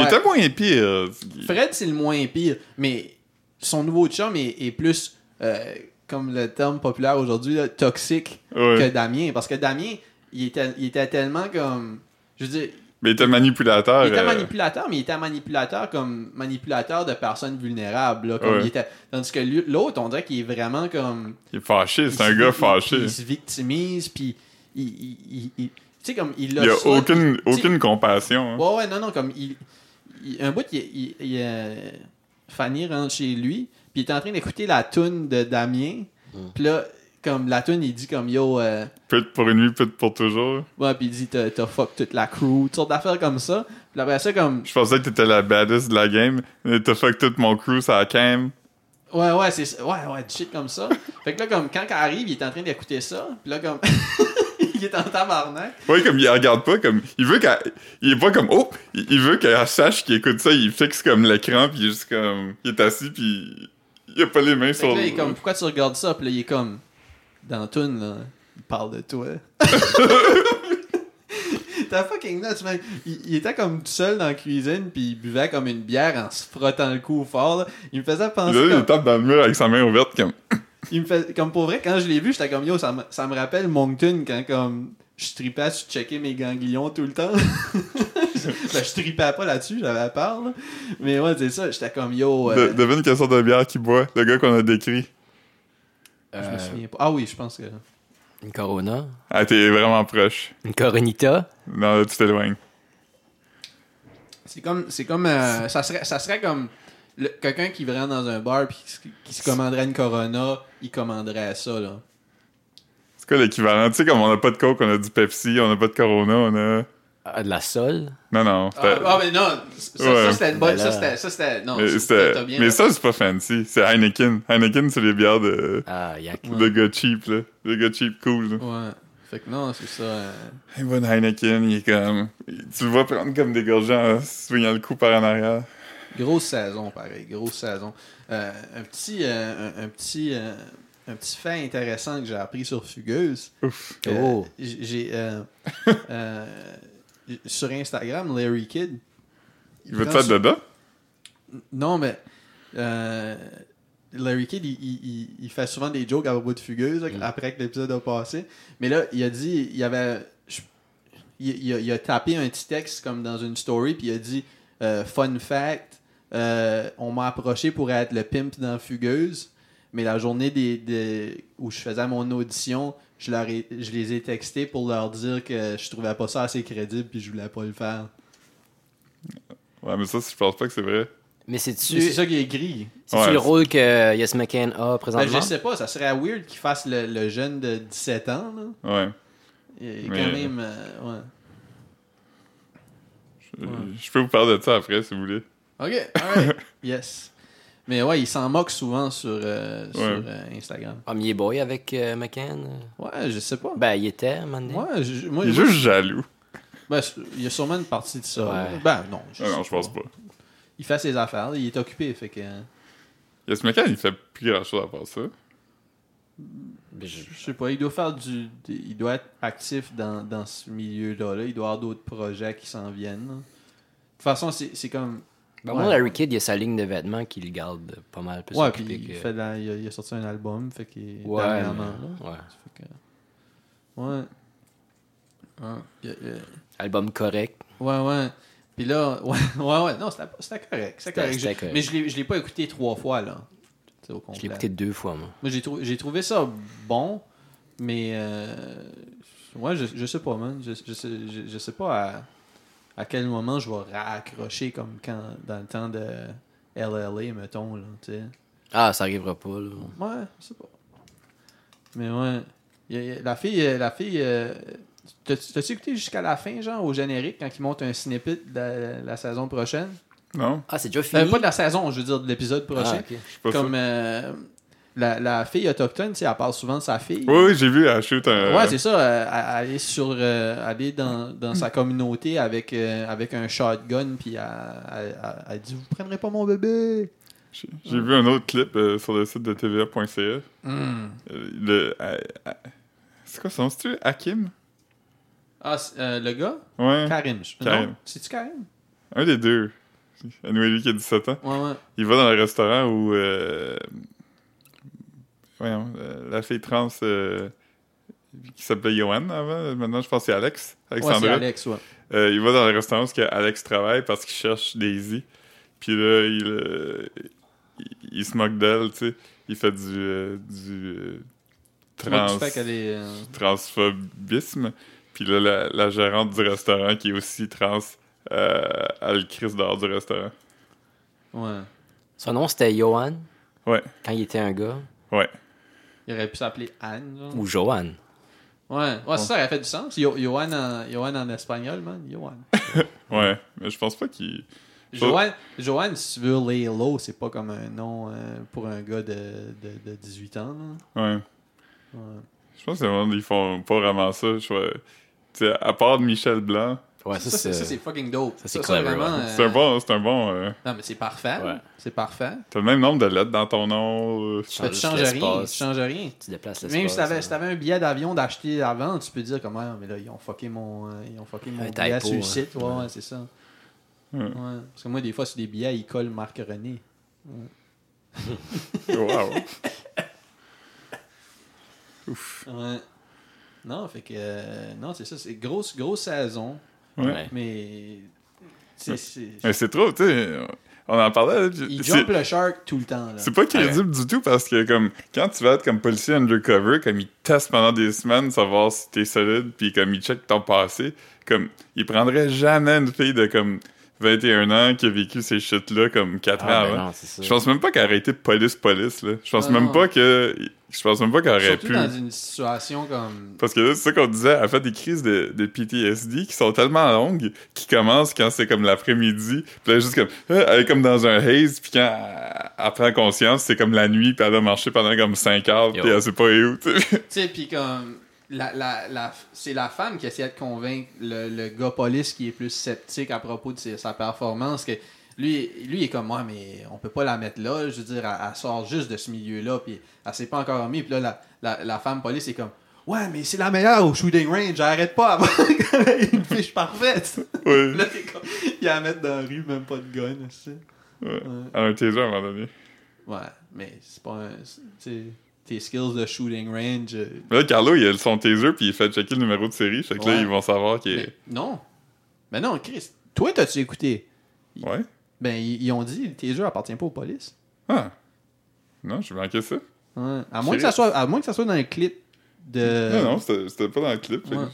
Ouais. il était moins pire. Fred, c'est le moins pire, mais son nouveau chum est, est plus, euh, comme le terme populaire aujourd'hui, là, toxique Ouais. que Damien. Parce que Damien, il était, il était tellement comme. Je veux dire, Mais il était manipulateur. il était euh, manipulateur, mais il était manipulateur comme manipulateur de personnes vulnérables. là, comme Ouais. il était... Tandis que lui- l'autre, on dirait qu'il est vraiment comme. il est fâché, c'est un il- gars il- fâché. Il, se victimise, puis il. il, il- il- tu sais, comme il Il y a soit- aucune, tu sais, aucune compassion. hein. Ouais, ouais, non, non, comme il. il- un bout, il, il- il, euh, Fanny rentre chez lui, puis il est en train d'écouter la toune de Damien, puis là, comme la toune, il dit comme yo. euh, Pute pour une nuit, pute pour toujours. ouais, puis il dit t'as t'as fuck toute la crew, toutes sortes d'affaires comme ça. Puis après ça, comme. Je pensais que t'étais la baddest de la game. mais T'as fuck tout mon crew, ça cam. Ouais, ouais, c'est ça. Ouais, ouais, du shit comme ça. fait que là, comme quand elle arrive, il est en train d'écouter ça, puis là, comme. il est en tabarnak. Ouais, comme il la regarde pas, comme il veut qu'elle. Il est pas comme oh, il il veut qu'elle sache qu'il écoute ça, il fixe comme l'écran, puis il est juste comme. Il est assis, puis il a pas les mains Fait sur que là, il est comme, pourquoi tu regardes ça? Puis là, il est comme, dans la Toon, là, il parle de toi. T'as fucking nuts, man. Il, il était comme tout seul dans la cuisine, puis il buvait comme une bière en se frottant le cou fort. là. Il me faisait Là, penser. il Comme, tape dans le mur avec sa main ouverte, comme. il me fais- comme pour vrai, quand je l'ai vu, j'étais comme, yo, ça me, ça me rappelle Moncton quand comme. Je tripais sur checker mes ganglions tout le temps. Ben, je tripais pas là-dessus, j'avais peur. là. Mais ouais, c'est ça, j'étais comme yo. euh, De- devine quelle sorte de bière qu'il boit, le gars qu'on a décrit. Je Euh, me souviens pas. Ah oui, je pense que. Une Corona. Ah, t'es vraiment proche. Une Coronita. Non, là, tu t'éloignes. C'est comme, c'est comme, euh, ça serait, ça serait comme le- quelqu'un qui irait dans un bar puis qui, se- qui se commanderait une Corona, il commanderait ça là. C'est quoi l'équivalent? Tu sais, comme on a pas de coke, on a du Pepsi, on a pas de Corona, on a. Ah, de la sol. Non, non. Ah, c'était- ah, mais non, ça, ça, Ouais. c'était une bonne, Ben ça là- c'était, ça c'était, non, mais c'est- c'était- t'as bien- mais ça, c'est pas fancy. C'est Heineken. Heineken, c'est les bières de. Ah, yak. De gars cheap, là. De gars cheap cool, là. ouais, fait que non, c'est ça. euh, Un bon Heineken, il est comme. Tu le vois prendre comme des gorgeants en swingant le cou par en arrière. grosse saison pareil, grosse saison. Euh, un petit, euh, un, un petit, euh, un petit fait intéressant que j'ai appris sur Fugueuse. Ouf. Euh, Oh. j- J'ai euh, euh, j- sur Instagram Larry Kidd. Il veut te prend faire dedans? Non, mais euh, Larry Kidd, il, il- il- il fait souvent des jokes à propos de Fugueuse là, après que l'épisode a passé. Mais là, il a dit, il avait. je- il, il a, il a tapé un petit texte comme dans une story, puis il a dit euh, Fun fact, euh, on m'a approché pour être le pimp dans Fugueuse, mais la journée des, des- où je faisais mon audition, je, leur ai- je les ai textés pour leur dire que je trouvais pas ça assez crédible, puis je voulais pas le faire. Ouais, mais ça, je pense pas que c'est vrai. Mais Mais c'est-tu C'est ça qui est gris. c'est-tu Ouais. le rôle que Yes McCann a Ben, je présentement? sais pas, ça serait weird qu'il fasse le, le jeune de 17 ans. Là. Ouais. Il est quand Mais- même. euh, Je- Je peux vous parler de ça après si vous voulez. ouais. Ok, alright. yes. Mais ouais, il s'en moque souvent sur, euh, sur Ouais. euh, Instagram. Ah, mais il est boy avec euh, McCann? Ouais, je sais pas. Ben, il était à un moment donné. Ouais, je- moi, Il est moi, juste jaloux. ben, c'est- il y a sûrement une partie de ça. Ouais. là. Ben non, je, Ah non, sais je pense pas. Il fait ses affaires, il est occupé, fait que. euh, Yes McCann, il fait plus grand chose à part ça. Ben, je- Je sais pas, il doit faire du. des- Il doit être actif dans, dans ce milieu-là. là. Il doit avoir d'autres projets qui s'en viennent. là. De toute façon, c'est c'est comme. Ben, Ouais. moi, Larry Kidd, il a sa ligne de vêtements qui le garde pas mal plus Ouais, puis occupé il, que... fait de la- il, a, il a sorti un album, fait qu'il est Ouais, dernièrement, mais- ouais. là. Fait que- Ouais. Hein, y a- y a- Album correct. Ouais, ouais. Puis là, ouais, ouais, ouais, non, c'était pas- c'était correct. C'était correct. c'était Je- correct. Mais je l'ai- je l'ai pas écouté trois fois, là. C'est au Je complet. l'ai écouté deux fois, moi. Moi, j'ai, trou- j'ai trouvé ça bon, mais. euh, Ouais, je, je sais pas, man. Je, je sais, je, je sais pas à, à quel moment je vais raccrocher comme quand dans le temps de LLA, mettons, là, tu sais. Ah, ça arrivera pas, là. Ouais, je sais pas. Mais ouais. Y a- y a- la fille. euh, La fille euh, t'as-tu, t'as-tu écouté jusqu'à la fin, genre, au générique, quand ils montent un snippet de la, la saison prochaine Non, Ah, c'est déjà fini? Euh, Pas de la saison, je veux dire, de l'épisode prochain. Ah, ok. je suis pas Comme sûr. euh, la, la fille autochtone, tu sais, elle parle souvent de sa fille. Oui, oui, j'ai vu, elle shoot un. Ouais, c'est ça. euh, à- aller sur, euh, aller dans, dans sa communauté avec, euh, avec un shotgun, puis elle, elle- elle- elle dit Vous prendrez pas mon bébé J'ai j'ai vu un autre clip euh, sur le site de TVA.ca. Euh, Hmm. le- euh, euh, C'est quoi son nom, c'est-tu Hakim Ah, c'est, euh, le gars Ouais, Karim. je- Hein? Karim. Non, C'est-tu Karim un des deux. Anyway, lui qui a 17 ans. Ouais, ouais. Il va dans le restaurant où. euh, Voyons, euh, la fille trans euh, qui s'appelait Johan avant, maintenant je pense que c'est Alex. Ouais, c'est Alexandra. Alex, ouais. Euh, il va dans le restaurant où Alex travaille parce qu'il cherche Daisy. Puis là, il, euh, il, il se moque d'elle, tu sais. Il fait du, euh, du euh, Tu vois, trans, tu fais qu'elle est. euh, transphobisme. Puis là, la, la gérante du restaurant qui est aussi trans, euh, elle crise dehors du restaurant. Ouais. Son nom, c'était Johan, Ouais, quand il était un gars. ouais. Il aurait pu s'appeler Anne, genre. Ou Johan. Ouais, ouais, ça, ça aurait fait du sens. Yo- Johan en, Johan en espagnol, man. Johan. Ouais, mais je pense pas qu'il. Johan, Johan, si tu veux, lay low, c'est pas comme un nom euh, pour un gars de, de, de 18 ans, là. Ouais. Ouais. Je pense que le monde, ils font pas vraiment ça. Je vois- Tu sais, à part Michel Blanc, Ouais, ça, Ça, c'est- ça, c'est... euh, c'est fucking dope. ça, c'est clever, ouais. euh, c'est un bon. C'est un bon euh, Non, mais c'est parfait. Ouais. C'est parfait. T'as le même nombre de lettres dans ton nom. euh, Tu juste changes rien. Tu l'espace. changes rien. Tu déplaces l'espace. Même si t'avais hein. si t'avais un billet d'avion d'acheter avant, tu peux dire comme ah, mais là ils ont fucké mon, euh, ils ont fucké mon Un billet typo, sur le hein. site, ouais, Ouais. ouais, c'est ça. Ouais. Ouais. Parce que moi des fois sur des billets ils collent Marc René. Wow. Ouais. Non, fait que euh, non c'est ça, c'est grosse grosse saison, Ouais. Ouais. mais c'est c'est Mais c'est trop, tu sais. On en parlait. là, puis ils c'est- jumpent le shark tout le temps là. C'est pas crédible du tout parce que, comme, quand tu vas être comme policier undercover, comme ils testent pendant des semaines, savoir si t'es solide, puis comme ils checkent ton passé, comme, ils prendraient jamais une fille de comme 21 ans qui a vécu ces shit-là comme 4 Ah, ans ben avant. non, c'est ça. Je pense même pas qu'elle aurait été police-police, là. Je pense Ah, même euh, non. pas que. Je pense même pas qu'elle aurait Surtout pu. dans une situation comme Parce que là, c'est ça qu'on disait, elle fait des crises de, de PTSD qui sont tellement longues qui commencent quand c'est comme l'après-midi, puis là, juste comme, euh, elle est comme dans un haze, puis quand elle, elle prend conscience, c'est comme la nuit, puis elle a marché pendant comme 5 heures, puis Yo. elle sait pas où, tu sais. Tu sais, puis comme. La, la, la, c'est la femme qui essaie de convaincre le, le gars police qui est plus sceptique à propos de ses- sa performance. que lui, lui il est comme, moi, mais on peut pas la mettre là. Je veux dire, elle, elle sort juste de ce milieu-là, puis elle s'est pas encore remise. Puis là, la, la, la femme police est comme, ouais, mais c'est la meilleure au shooting range, j'arrête pas avant qu'elle ait une fiche parfaite. Ouais. là, t'es comme, il la mettre dans la rue, même pas de gun, tu sais. Ouais. Ouais. Elle a un taser à un moment donné. Ouais, mais c'est pas un. tu sais, Tes skills de shooting range. euh, Mais là, Carlo, il a son taser, puis il fait checker le numéro de série, fait que là, Ouais. ils vont savoir qu'il Mais est. non. Mais non, Chris, toi, t'as-tu écouté? Ouais? Ben, ils, ils ont dit tes jeux appartiennent pas aux polices. Ah! Non, j'ai manqué ça. Ouais. À, moins que ça soit, à moins que ça soit dans le clip de. Non, non, c'était c'était pas dans le clip. fait que- Ouais.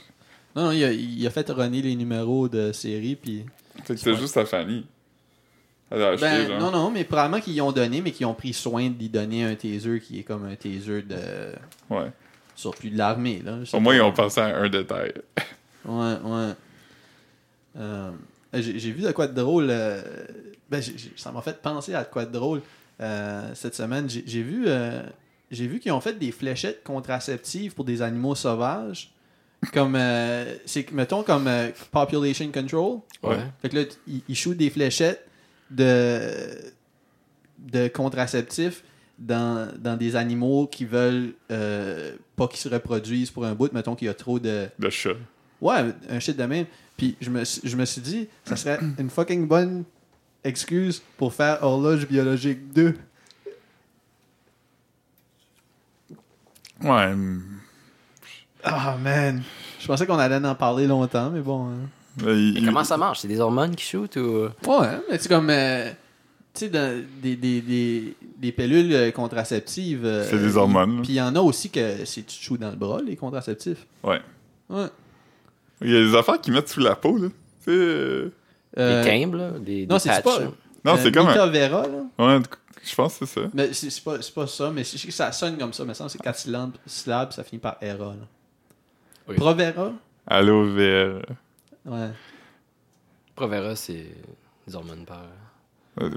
Non, non, il a, il a fait runner les numéros de série, puis. Fait que c'était juste à Fanny. Elle a acheté, Ben, genre. non, non, mais probablement qu'ils y ont donné, mais qu'ils ont pris soin d'y donner un taser qui est comme un taser de Ouais. surplus de l'armée. Là. Au moins, ils ont pensé à un détail. Ouais, ouais. Euh, j'ai j'ai vu de quoi de drôle. euh, ben, j'ai- j'ai- ça m'a fait penser à de quoi de drôle euh, cette semaine. J'ai j'ai vu, euh, j'ai vu qu'ils ont fait des fléchettes contraceptives pour des animaux sauvages. Comme, euh, c'est mettons, comme euh, Population Control. Ouais. Fait que là, t- ils ils shootent des fléchettes de, de contraceptifs dans, dans des animaux qui veulent euh, pas qu'ils se reproduisent pour un bout. Mettons qu'il y a trop de. De chat. Ouais, un shit de même. Puis je me, suis- je me suis dit, ça serait une fucking bonne excuse pour faire Horloge biologique 2. Ouais. hum. Ah, man. Je pensais qu'on allait en parler longtemps, mais bon. hein. Là, il- Mais comment ça marche? C'est des hormones qui shootent ou. euh? Ouais, hein, mais c'est comme. euh, tu sais, dans des, des, des, des pilules euh, contraceptives. euh, C'est des hormones. là. Puis il y en a aussi que c'est tu te choues dans le bras, les contraceptifs. Ouais. Ouais. Il y a des affaires qu'ils mettent sous la peau, là. Tu sais, euh, Euh, Des timbres, là? Des, non, des c'est patchs, pas- là. Non, euh, c'est comme un. Mita Vera, là. Ouais, en tout cas, je pense que c'est ça. Mais c'est c'est pas, c'est pas ça, mais je sais que ça sonne comme ça, mais ça, c'est 4 syllabes, syllabes, ça finit par Era, là. Oui. Provera? Allo vers. Ouais. Provera, c'est des hormones par.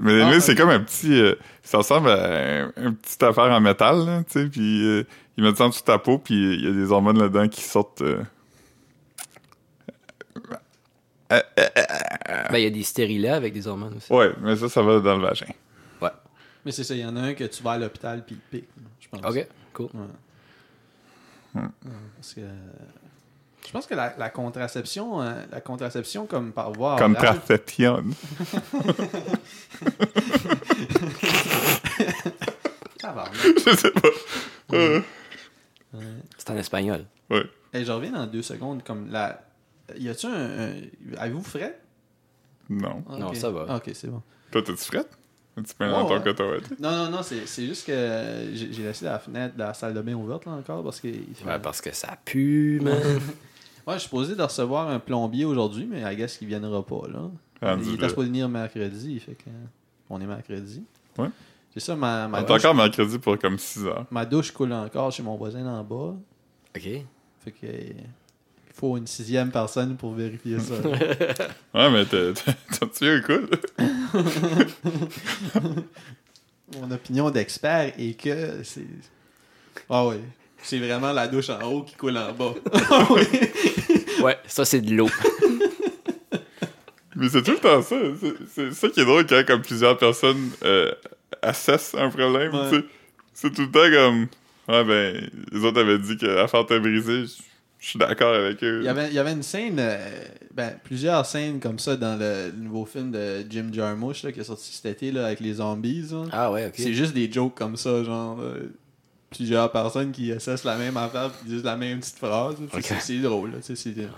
Mais Ah, là, ok. c'est comme un petit. euh, ça ressemble à un, un petit affaire en métal, là, tu sais. Puis euh, ils mettent ça en dessous de ta peau, puis il y a des hormones là-dedans qui sortent. euh, Ben, il y a des stérilets avec des hormones aussi. Ouais, mais ça, ça va dans le vagin. Mais c'est ça, il y en a un que tu vas à l'hôpital puis il pique, là, je pense. Ok, cool. Ouais. Ouais, parce que, euh, Je pense que la, la contraception, euh, la contraception comme par voie orale- Contraception. Ça va, je sais pas. Euh, C'est en espagnol. ouais. Hey, je reviens dans deux secondes. Comme la... Y a-tu un. un- Avez-vous fret? Non. Ah, Non, ok. ça va. Ah, ok, c'est bon. Toi, t'es-tu frette? Tu peux Ouais, longtemps ouais. que t'aurais Non, non, non, c'est c'est juste que euh, j'ai j'ai laissé la fenêtre de la salle de bain ouverte là encore parce que. il fait- Ouais, parce que ça pue, man. Ouais, je suis posé de recevoir un plombier aujourd'hui, mais I guess qu'il viendra pas là. rendu il là. était supposé venir mercredi, fait que. euh, On est mercredi. Ouais. C'est ça, ma, ma, On est douche, encore mercredi pour comme 6 heures. ma douche coule encore chez mon voisin en bas. ok. Fait que. euh, Il faut une sixième personne pour vérifier ça. Ouais, mais t'as t'as- t'as tué un coup, là. Mon opinion d'expert est que c'est. Ah oui. C'est vraiment la douche en haut qui coule en bas. Ah oui. Ouais, ça, c'est de l'eau. Mais c'est tout le temps ça. C'est- C'est ça qui est drôle quand comme plusieurs personnes euh, assessent un problème. Ouais. tu sais. C'est tout le temps comme. Ouais, ben, les autres avaient dit que l'affaire t'a brisé. Je je suis d'accord avec eux. Il y avait, il y avait une scène, euh, ben, plusieurs scènes comme ça dans le, le nouveau film de Jim Jarmusch là, qui est sorti cet été là, avec les zombies. là. Ah ouais, ok. C'est juste des jokes comme ça, genre euh, plusieurs personnes qui assessent la même affaire puis disent la même petite phrase. là. Tu sais, Ok. C'est c'est drôle. là, tu sais, c'est, euh,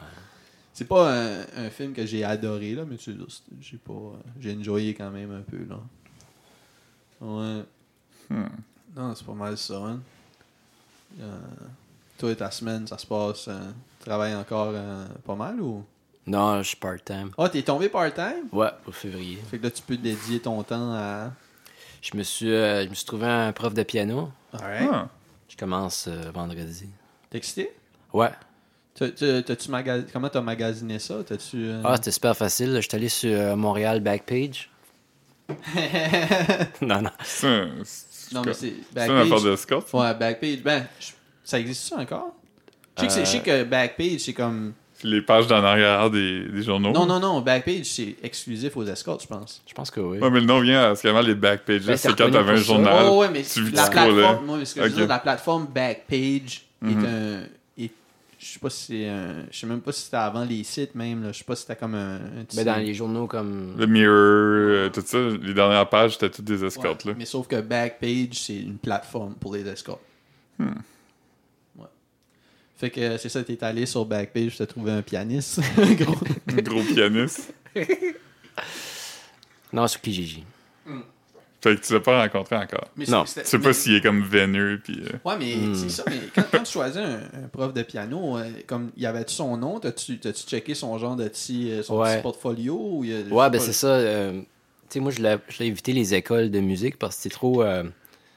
c'est pas un, un film que j'ai adoré, là, mais tu sais, c'est- j'ai pas. euh, J'ai enjoyé quand même un peu. Là. Ouais. Hmm. Non, c'est pas mal ça, hein. Euh, toi et ta semaine, ça se passe. euh, tu travailles encore euh, pas mal ou. Non, je suis part-time. Ah, t'es tombé part-time? Ouais, pour février. Fait que là, tu peux dédier ton temps à. Je me suis, euh, je me suis trouvé un prof de piano. Alright. Ah. Je commence euh, vendredi. T'es excité? Ouais. T'as- t'as- T'as-tu maga- Comment t'as magasiné ça? T'as-tu. euh, Ah, c'était super facile. Je suis allé sur euh, Montréal Backpage. non, non. C'est un- c'est- non, mais c'est. C'est une affaire Backpage. de Scott. Ouais, Backpage. Ben, je- ça existe ça encore? Je sais que c'est- je sais que Euh. Backpage, c'est comme. C'est Les pages d'en arrière des, des journaux. Non, non, non. Backpage, c'est exclusif aux escorts, je pense. Je pense que oui. Ouais, mais le nom vient à ce qu'avant les back pages. Ben, c'est c'est quand reconnu t'avais un pour ça. journal. Oh, ouais, mais tu vis la du scroll, plateforme, hein. moi, ce que je veux Ok. dire, la plateforme Backpage Mhm. est un. est- je sais pas si c'est un. Je sais même pas si c'était avant les sites, même. Là. Je sais pas si c'était comme un. un petit- Ben, dans les journaux comme. Le Mirror, euh, tout ça. Les dernières pages, c'était toutes des Ouais, escortes, là. Mais sauf que Backpage, c'est une plateforme pour les escorts. Hmm. Ouais. Fait que c'est ça, t'es allé sur Backpage, t'as trouvé un pianiste. Gros. Gros pianiste. Non, sur Kijiji. Fait que tu l'as pas rencontré encore. Mais Non, c'est- Tu sais Euh, mais- pas s'il est comme veineux, puis... euh, Ouais, mais Hmm. c'est ça, mais quand, quand tu choisis un, un prof de piano, euh, comme il y avait-tu son nom, t'as-tu t'as-tu checké son genre de petit, euh, son Ouais. petit portfolio? ou il y a- je sais Ouais, pas, ben c'est ça. euh, Tu sais, moi, je l'ai je l'ai évité les écoles de musique parce que c'est trop. euh,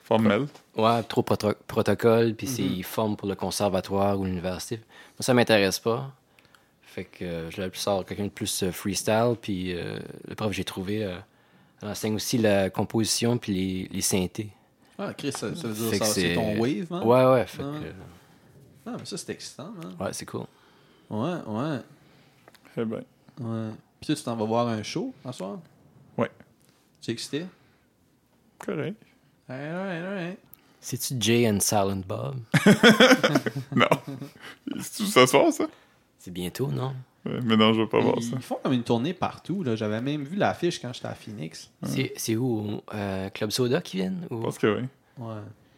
Formel. Ouais, trop proto- protocole, puis Mhm. c'est forme pour le conservatoire ou l'université. Moi, ça m'intéresse pas. Fait que euh, je voulais plus sort quelqu'un de plus euh, freestyle, puis euh, le prof que j'ai trouvé euh, elle enseigne aussi la composition puis les, les synthés. Ah, Chris, ça, ça veut dire Fait ça, que c'est c'est- ton wave, man? Ouais, ouais, fait que, Ah. euh, Ah, mais ça, c'est excitant, man. ouais, c'est cool. Ouais, ouais, Eh ben. ouais. Puis toi, tu t'en vas voir un show, en soir? Ouais. Tu es excité? Correct. Alright, alright, alright. C'est-tu Jay and Silent Bob? Non. C'est tout ce soir, ça? C'est bientôt, non? Ouais, Mais non, je veux pas voir ça. Ils font comme une tournée partout, là. J'avais même vu l'affiche quand j'étais à Phoenix. C'est- C'est où? au- euh, Club Soda qui viennent? Je Ou... pense que oui. Ouais.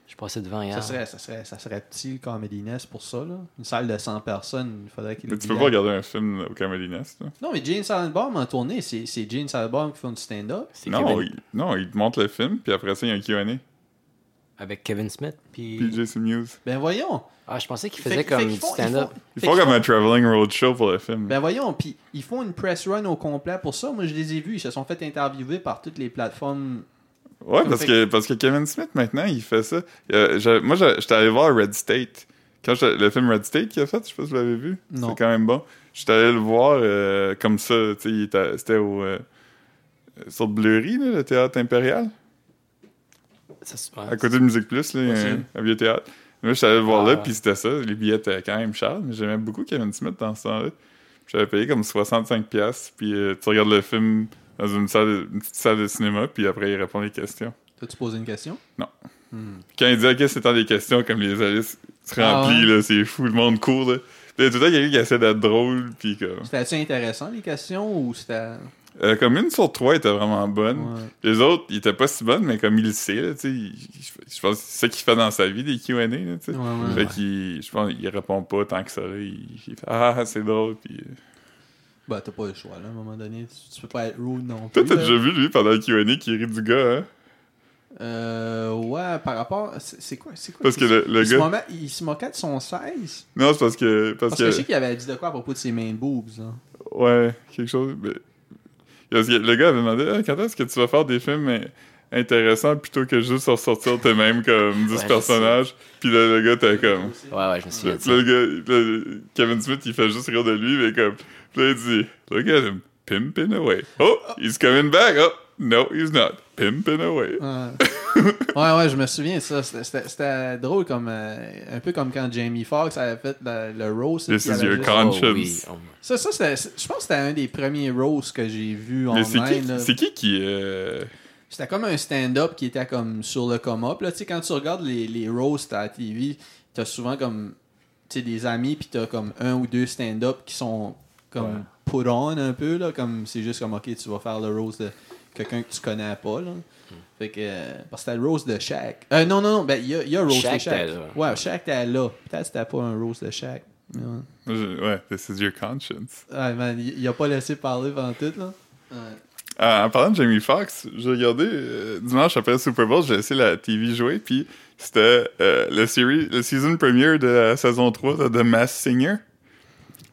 Je passais devant hier. Ça serait, ça serait, ça serait petit le Comedy Nest pour ça, là. Une salle de 100 personnes, il faudrait qu'il Mais tu peux pas regarder un film au Comedy Nest, là. Non, mais Jane Silent Bomb en tournée, c'est, c'est Jane Silent Bomb qui fait une stand-up. C'est Non, Kevin- il, non, il te montre le film, puis après ça, il y a un Q&A. Avec Kevin Smith, puis... Puis Jason Mewes. Ben voyons! Ah, je pensais qu'il Fait- faisait fait comme qu'ils du font- ils stand-up. font- Ils fait font qu'ils comme un traveling road show pour le film. Ben voyons, puis ils font une press run au complet pour ça. Moi, je les ai vus. Ils se sont fait interviewer par toutes les plateformes. ouais, parce fait- que, parce que Kevin Smith, maintenant, il fait ça. Euh, j'a- moi, j'a- j'étais allé voir Red State. Quand j'étais- le film Red State qu'il a fait, je sais pas si vous l'avez vu. Non. C'est quand même bon. J'étais allé le voir euh, comme ça. tu sais, il était- C'était au. euh, sur Bleury, là, le théâtre impérial. Ça se- ouais, À côté de Musique Plus, là, il y a un, Ah, Possible. un vieux théâtre. Moi, j'étais allé le voir Ah, là, ouais. puis c'était ça. Les billets étaient quand même chers, mais j'aimais beaucoup Kevin Smith dans ce temps-là. J'avais payé comme 65$, piastres, puis euh, tu regardes le film dans une, salle, une petite salle de cinéma, puis après, il répond les questions. T'as-tu posé une question? Hmm. Quand il dit « Ok, c'est temps des questions », comme les Alice se Ah, remplissent, ouais. là, c'est fou, le monde court, là. Puis il y a tout le temps quelqu'un qui essaie d'être drôle, puis comme... C'était-tu intéressant, les questions, ou c'était... Euh, comme une sur trois était vraiment bonne. Ouais. Les autres, ils étaient pas si bonnes, mais comme il le sait, là, tu sais, il- il- je pense que c'est ça qu'il fait dans sa vie, des Q&A, là, tu sais. Ouais, ouais. Fait qu'il, je pense, il répond pas tant que ça, là. Il, il fait « Ah, c'est drôle », puis... euh, Ben, t'as pas le choix, là, à un moment donné. Tu, tu peux pas être rude non Toi, plus. t'as là. déjà vu, lui, pendant le Q&A, qui rit du gars, hein? Euh, ouais, par rapport... C'est, c'est quoi? C'est quoi Parce que le, le il, se gars... moquait, il se moquait de son 16? Non, c'est parce que... Parce, Parce que... que je sais qu'il avait dit de quoi à propos de ses main boobs, hein. Ouais, quelque chose... mais- Parce que le gars avait demandé Ah, Quand est-ce que tu vas faire des films euh, intéressants plutôt que juste ressortir toi-même comme 10 je personnages? » Puis là, le gars, t'es comme... Ouais, ouais, je me souviens Là, de ça. le gars, le- Kevin Smith, il fait juste rire de lui, mais comme, là, il dit, look at him, pimping away. Oh, he's coming back. Oh, no, he's not, pimping away. ouais, ouais, je me souviens de ça. C'était- C'était c'était drôle, comme euh, un peu comme quand Jamie Foxx avait fait le, le roast. This puis il is avait your juste- con- Conscience. Oh, oui. Oh, Ça, ça c'était- c'est- je pense que c'était un des premiers roasts que j'ai vu Mais c'est online. là. qui, c'est qui qui, euh, C'était comme un stand-up qui était comme sur le come-up. là. Tu sais, Quand tu regardes les, les roasts à la TV, t'as souvent comme tu sais, des amis, puis t'as comme un ou deux stand-up qui sont comme put on un peu. Là, comme C'est juste comme, OK, tu vas faire le roast de quelqu'un que tu connais pas. Là. Hmm. Fait que, euh, parce que c'était le roast de Shaq. Euh, non, non, non, ben, il y a, il y a roast Shaq de Shaq. était là. Ouais, Shaq t'es là. Peut-être que c'était pas un roast de Shaq. Mais ouais. je- ouais, this is your conscience. Ouais, man, il il a pas laissé parler pendant tout. Là. Ouais. Ah, en parlant de Jamie Foxx, j'ai regardé euh, dimanche après le Super Bowl, j'ai laissé la TV jouer, puis c'était euh, le, série, le season premiere de la saison 3 de The Mass Singer.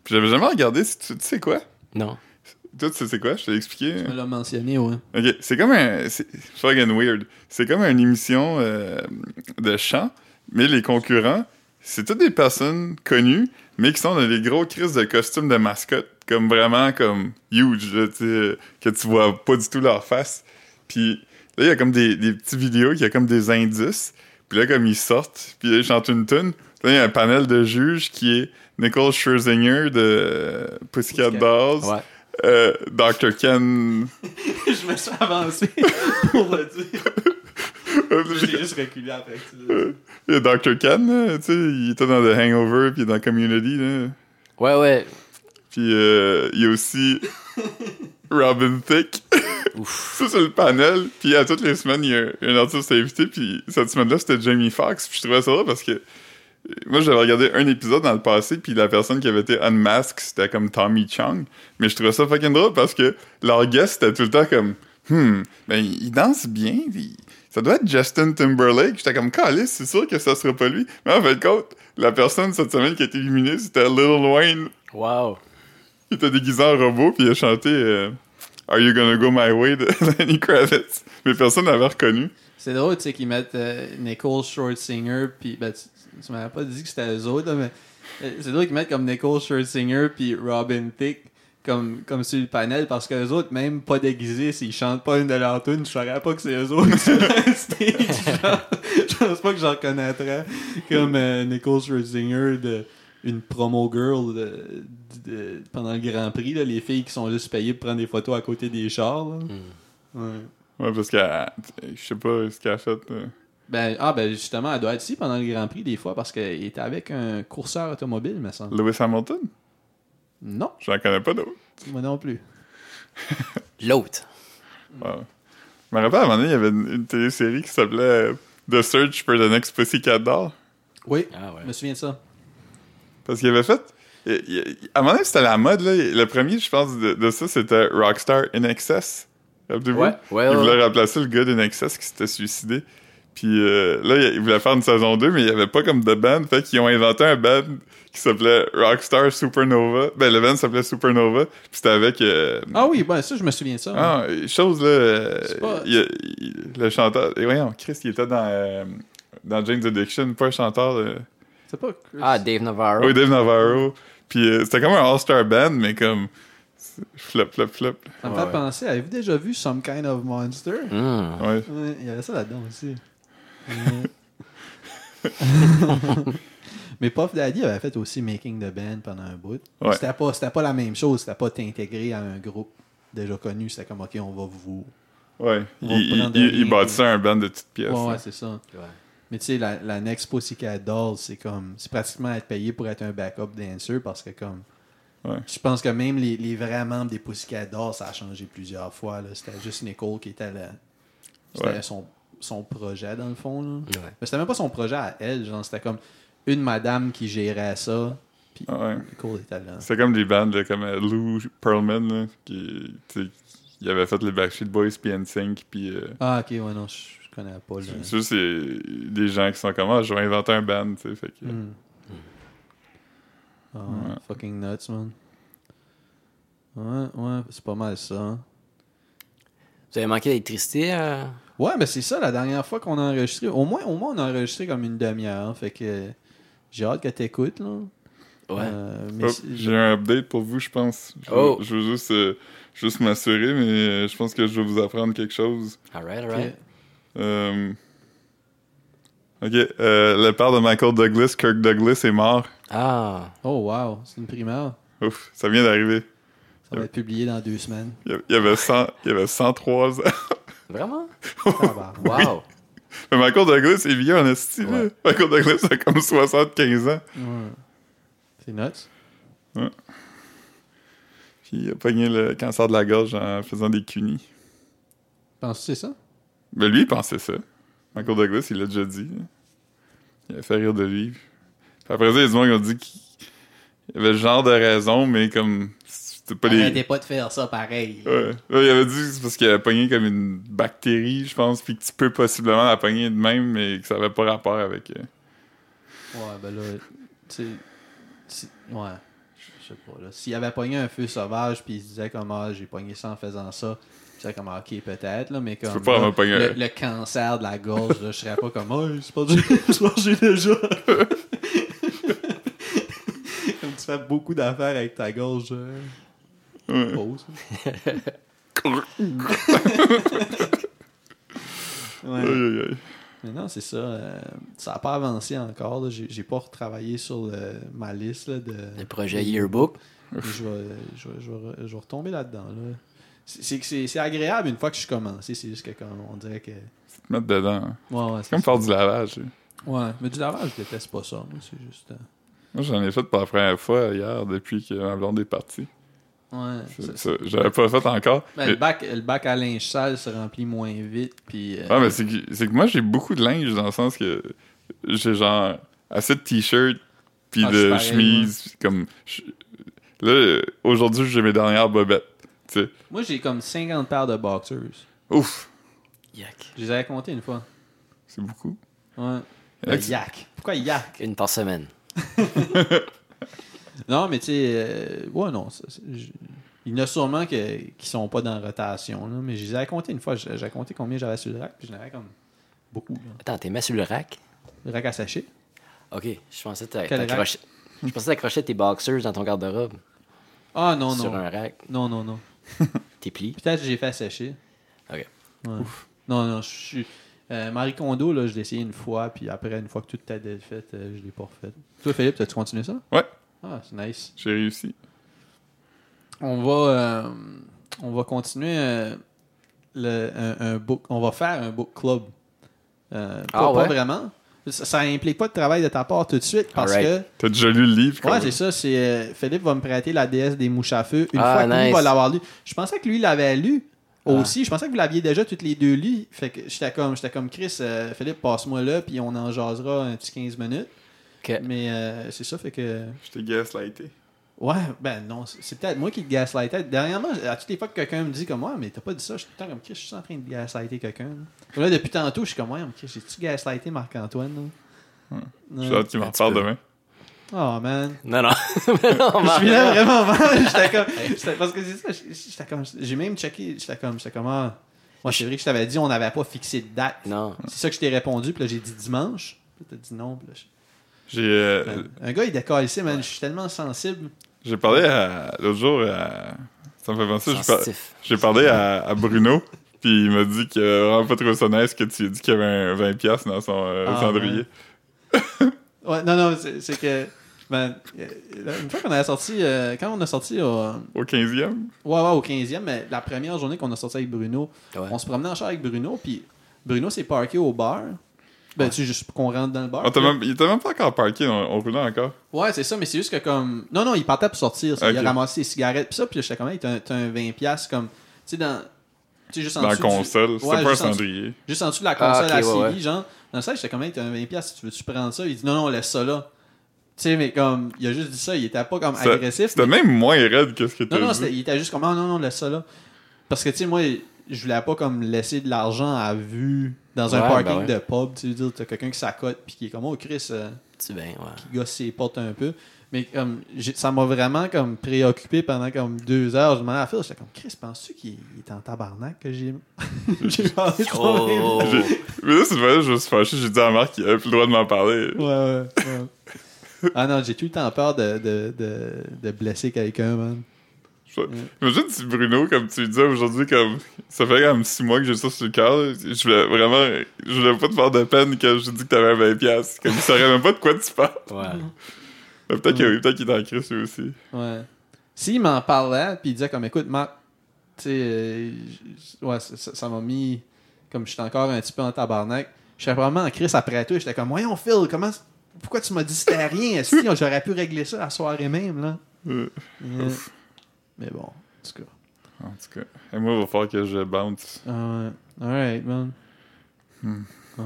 Puis j'avais jamais regardé, si tu tu sais quoi? Non. Toi, tu sais c'est quoi? Je t'ai expliqué. Tu hein? me l'as mentionné, ouais. Ok, c'est comme un. C'est fucking weird. C'est comme une émission euh, de chant, mais les concurrents, c'est toutes des personnes connues, mais qui sont dans des gros crises de costumes de mascotte, comme vraiment comme huge, là, tu sais, euh, que tu vois pas du tout leur face. Puis là, il y a comme des, des petits vidéos, il y a comme des indices, puis là, comme ils sortent, puis là, ils chantent une tune. Là, il y a un panel de juges qui est Nicole Scherzinger de euh, Pussycat Pussycat. Dolls, Ouais. euh, Dr. Ken. je me suis avancé pour le dire. J'ai juste reculé après que tu l'as dit. Le Dr. Ken, là, tu sais, il était dans The Hangover, puis dans Community, là. Ouais, ouais. Puis euh, il y a aussi Robin Thicke. Ça, c'est le panel. Puis à toutes les semaines, il y a un, un artiste invité. Puis cette semaine-là, c'était Jamie Foxx. Puis je trouvais ça drôle parce que euh, moi, j'avais regardé un épisode dans le passé. Puis la personne qui avait été unmasked, c'était comme Tommy Chung. Mais je trouvais ça fucking drôle parce que leur guest, c'était tout le temps comme Hmm, ben, il danse bien. puis ça doit être Justin Timberlake. J'étais comme Calice, c'est sûr que ça sera pas lui. Mais en fait, compte, la personne cette semaine qui a été éliminée, c'était Lil Wayne. Wow. Il était déguisé en robot, puis il a chanté euh, Are You Gonna Go My Way de Lenny Kravitz. Mais personne n'avait reconnu. C'est drôle, tu sais, qu'ils mettent euh, Nicole Schwartzinger, puis ben, tu, tu m'avais pas dit que c'était eux autres, là, mais euh, c'est drôle qu'ils mettent comme Nicole Schwartzinger puis Robin Thicke comme, comme sur le panel, parce que les autres, même pas déguisés, s'ils chantent pas une de leurs tunes, je saurais pas que c'est eux autres sur le stage, genre. Je pense pas que j'en reconnaîtrais comme euh, Nicole Scherzinger de une promo girl de- de- de- pendant le Grand Prix, là, les filles qui sont juste payées pour prendre des photos à côté des chars. là. Ouais. Ouais, parce que euh, je sais pas ce qu'elle a fait. euh. Ben, ah, ben justement, elle doit être ici pendant le Grand Prix des fois parce qu'elle était avec un courseur automobile, me semble. Lewis Hamilton? Non, J'en connais pas d'autres. moi non plus. L'autre. Ouais. Je me rappelle, à un moment donné, il y avait une, une télésérie qui s'appelait euh, The Search for the Next Pussycat Doll. Oui, Ah ouais. je me souviens de ça. Parce qu'il avait fait. il- il- à un moment donné, c'était la mode, là. Le premier, je pense, de, de ça, c'était Rockstar In Excess. Rappelez-vous? Ouais, ouais, ouais. Il voulait remplacer le gars d'In Excess qui s'était suicidé. Puis euh, là, il- il voulait faire une saison 2, mais il n'y avait pas comme de band. Fait qu'ils ont inventé un band qui s'appelait Rockstar Supernova. Ben, le band s'appelait Supernova. Puis c'était avec. euh, Ah oui, ben ça, je me souviens de ça. ah, chose là. euh, C'est pas- il y a- il- le chanteur. Et voyons, Chris, il était dans, euh, dans Jane's Addiction, pas un chanteur. euh, de- C'est pas Chris. Ah, Dave Navarro. Oui, Dave Navarro. Puis euh, c'était comme un All-Star Band, mais comme. c'est- Flop, flop, flop. ça me ouais, fait ouais. penser, avez-vous déjà vu Some Kind of Monster? Hmm. Ouais. Ouais, il y avait ça là-dedans aussi. Ouais. Mais Puff Daddy avait fait aussi Making the Band pendant un bout. Ouais. C'était pas, c'était pas la même chose, c'était pas t'intégrer à un groupe déjà connu, c'était comme ok, on va vous. Ouais. Il, On prend il, de il, il rien, bâtissait un band de toutes pièces. ouais, ouais, hein. c'est ça. Ouais. Mais tu sais, la, la Next Pussycat Doll, c'est comme. C'est pratiquement être payé pour être un backup dancer parce que, comme. Ouais. Je pense que même les, les vrais membres des Pussycat Dolls, ça a changé plusieurs fois. là. C'était juste Nicole qui était là. C'était Ouais. son, son projet, dans le fond. là. Ouais. Mais c'était même pas son projet à elle, genre. C'était comme une madame qui gérait ça. Puis Ouais. Nicole était là. C'est comme des bands là, comme euh, Lou Pearlman, là, qui tu sais, il avait fait les Backstreet Boys, puis NSYNC, puis... euh, Ah, ok, ouais, non, je je connais pas. Là. c'est sûr, c'est des gens qui sont comme « Ah, je vais inventer un band », tu sais, fait que... Hmm. Ah, Ouais. Fucking nuts, man. Ouais, ouais, c'est pas mal ça. Vous avez manqué d'électricité? euh? Ouais, mais c'est ça, la dernière fois qu'on a enregistré. Au moins, au moins on a enregistré comme une demi-heure. Fait que j'ai hâte que t'écoutes, là. Ouais. Euh, mais Hop, c'est- j'ai un update pour vous, Oh, je pense. Je, Oh. je veux juste, euh, juste m'assurer, mais euh, je pense que je vais vous apprendre quelque chose. Alright, Ok. alright. Euh, OK, euh, le père de Michael Douglas, Kirk Douglas, est mort. Ah. Oh, wow, c'est une primaire. Ouf, ça vient d'arriver. Ça va être publié dans deux semaines. Il y a- il y avait, 100 il y avait 103 ans. Vraiment? Tabarnak. Wow. Mais Michael Douglas est vieux en esti, là. Ouais. Michael Douglas a comme 75 ans. Ouais. C'est nuts. Puis il a pogné le cancer de la gorge en faisant des cunis. Penses-tu que c'est ça? Mais lui, il pensait ça. Michael Douglas, il l'a déjà dit. Il a fait rire de lui. Puis après ça, il y a du monde qui ont dit qu'il il avait le genre de raison, mais comme. C'était pas les. pas de faire ça pareil. Ouais. Ouais, il avait dit que c'est parce qu'il avait pogné comme une bactérie, je pense, puis que tu peux possiblement la pogner de même, mais que ça avait pas rapport avec. euh, Ouais, ben là, tu sais. si- Ouais. Je sais pas, là. S'il avait pogné un feu sauvage, puis il se disait comme, ah, j'ai pogné ça en faisant ça, je serais comme, ah, ok, peut-être, là, mais comme. peux pas là, avoir pogné le, un- le cancer de la gorge, là, je serais pas comme, oh, c'est pas du- c'est pas que j'ai déjà. comme tu fais beaucoup d'affaires avec ta gorge. euh, Ouais. pause. Ouais. Aïe, aïe, aïe. Mais non, c'est ça. euh, ça n'a pas avancé encore. là. J'ai j'ai pas retravaillé sur le- ma liste là, de. Le projet Yearbook. Mais Je vais, je vais- je vais re- je vais retomber là-dedans. Là. C'est- C'est que c'est- c'est agréable une fois que je commence. C'est juste que comme on dirait que. Ouais, Faut te mettre dedans. hein. ouais, C'est c'est comme ça. faire du lavage. là. Ouais, mais du lavage, je déteste pas ça. Moi, c'est juste. euh, Moi, j'en ai fait pour la première fois hier depuis que ma blonde est partie. Ouais. Ça- ça- ça, J'avais pas fait encore. Ben, mais, le, bac, le bac à linge sale se remplit moins vite. Puis, euh, Ah, mais c'est que, c'est que moi, j'ai beaucoup de linge dans le sens que j'ai genre assez de t-shirts puis Ah, je suis de pareil, chemises. puis comme, je- là, euh, aujourd'hui, j'ai mes dernières bobettes. tu sais. Moi, j'ai comme 50 paires de boxers. Ouf, Yak. Je les avais comptés une fois. c'est beaucoup. Ouais. Il y en a Ben, qui- yak. Pourquoi yak? Une par semaine. Non, mais tu sais, euh, ouais, non, ça, c'est- je- Il y en a sûrement que- qui sont pas dans rotation, là, mais je les ai comptés une fois. J'ai j'ai compté combien j'avais sur le rack, puis j'en avais comme beaucoup. là. Attends, t'es mis sur le rack? Le rack à sachet. Ok, je pensais que t'a- Quel rack? t'accrochais- Je pensais t'accrocher tes boxers dans ton garde-robe Ah non, sur non. un rack, Non, non, non. tes plis. Peut-être que j'ai fait à sécher. Ok. Ouais. Non, non, je suis. euh, Marie Kondo, là, je l'ai essayé une fois, puis après, une fois que toute ta défaite, euh, je l'ai pas refaite. Toi, Philippe, t'as-tu continué ça? Ouais. Ah, c'est nice. J'ai réussi. On va, euh, on va continuer euh, le, un, un book. On va faire un book club. Euh, pas, Ah ouais? pas vraiment. Ça, ça implique pas de travail de ta part tout de suite parce Alright. que. T'as déjà lu le livre? Ouais, Colin? c'est ça. C'est euh, Philippe va me prêter la déesse des mouches à feu une Ah, fois que lui nice. va l'avoir lu. Je pensais que lui l'avait lu Ah. aussi. Je pensais que vous l'aviez déjà toutes les deux lu. Fait que j'étais comme, j'étais comme Chris, euh, Philippe, passe-moi là, puis on en jasera un petit 15 minutes. Ok. Mais euh, c'est ça, fait que. Je t'ai gaslighté. Ouais, ben non, c'est c'est peut-être moi qui te gaslightais. Dernièrement, à toutes les fois que quelqu'un me dit comme moi, mais t'as pas dit ça, je suis tout le temps comme Chris, je suis en train de gaslighter quelqu'un. Là, là, depuis tantôt, je suis comme ouais, mais Chris, j'ai-tu gaslighté Marc-Antoine? là? J'ai Ouais. hâte qu'il Un m'en petit parle peu. demain. Oh man. Non, non. Mais non, Je Marc. suis là vraiment mal. J'étais comme. j'étais- Parce que c'est ça, j'étais comme. J'ai même checké. J'étais comme. J'étais comme. Ah, moi, c'est vrai que je t'avais dit, on n'avait pas fixé de date. Non. C'est ça que je t'ai répondu. Puis là, j'ai dit dimanche. Puis t'as dit non. Puis là, je- J'ai euh, Un gars, il décolle ici, man. Je suis tellement sensible. j'ai parlé à- l'autre jour à. Ça me fait penser, j'ai par- Sensitif. j'ai parlé à, à Bruno, puis il m'a dit qu'il avait vraiment pas trouvé ça nice que tu aies dit qu'il y avait un 20$ piastres dans son euh, Ah, cendrier. ouais. Ouais, non, non, c'est c'est que. Ben, euh, une fois qu'on a sorti. euh, quand on a sorti. euh, Au 15e? ouais, ouais, au 15e, mais la première journée qu'on a sorti avec Bruno, Ouais. on se promenait en char avec Bruno. Puis Bruno s'est parké au bar. Ben, tu sais, juste qu'on rentre dans le bar. Ah, t'as puis là- même- il était même pas encore parké, on, on roulait encore. Ouais, c'est ça, mais c'est juste que comme. Non, non, il partait pour sortir. ça. Il a Ok. ramassé ses cigarettes, pis ça, pis j'étais comme, hey, t'as un, t'as un 20$ comme. Tu sais, dans. Ah, Tu sais, juste en Dans la dessous. du- console. C'était Ouais, pas un juste en dessous- cendrier. Juste en dessous de la Ah, console ok, à ouais, Siri, genre. Dans le sac, j'étais comme, hey, t'as un 20$, si tu veux-tu prendre ça Il dit, non, non, laisse ça là. Tu sais, mais comme. Il a juste dit ça, il était pas comme Ça- agressif. C'était même moins raide que ce que t'as Non, non, dit. c'était- il était juste comme, Ah, non, non, laisse ça là. Parce que, tu sais, moi, je voulais pas comme laisser de l'argent à vue dans un Ouais, ben parking ouais. de pub. Tu veux dire, t'as quelqu'un qui s'accote, puis qui est comme, oh, Chris. euh, Tu bien, ouais. gosse ses portes un peu. Mais comme j'ai- ça m'a vraiment comme préoccupé pendant comme deux heures. Je demandais à Phil, j'étais comme Chris, penses-tu qu'il il est en tabarnak que j'ai j'ai parlé de son Oh. livre? J'ai- Mais là, cette fois-là, je me suis fâché, j'ai dit à Marc qu'il avait plus le droit de m'en parler. Ouais, ouais, ouais. Ah non, j'ai tout le temps peur de, de, de, de blesser quelqu'un, man. Je- Imagine si Bruno, comme tu le disais aujourd'hui, comme ça fait comme six mois que j'ai ça sur le cœur, je voulais vraiment, je voulais pas te faire de peine quand j'ai dit que t'avais 20 pièces. Comme il saurait même pas de quoi tu parles. Ouais. Mais Peut-être que oui, peut-être qu'il est en crise lui aussi. Ouais. S'il m'en parlait, puis il disait comme écoute, Marc, tu sais, euh, j- ouais, ça- ça ça m'a mis comme je suis encore un petit peu en tabarnak. J'étais vraiment en crise après tout. J'étais comme voyons Phil, comment pourquoi tu m'as dit c'était rien Est-ce que j'aurais pu régler ça la soirée même là Euh, Euh, Mais bon, en tout cas. En tout cas, et moi, il va falloir que je bounce. Ah ouais. Alright, man. Ouais.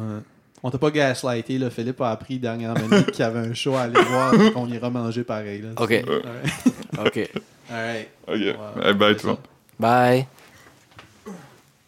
On t'a pas gaslighté, là. Philippe a appris dernière minute qu'il y avait un show à aller voir et qu'on ira manger pareil. Là. Ok. Ouais. Ok. Alright. Ok, Ouais, Eh, c'est bye tout le ça. monde. Bye.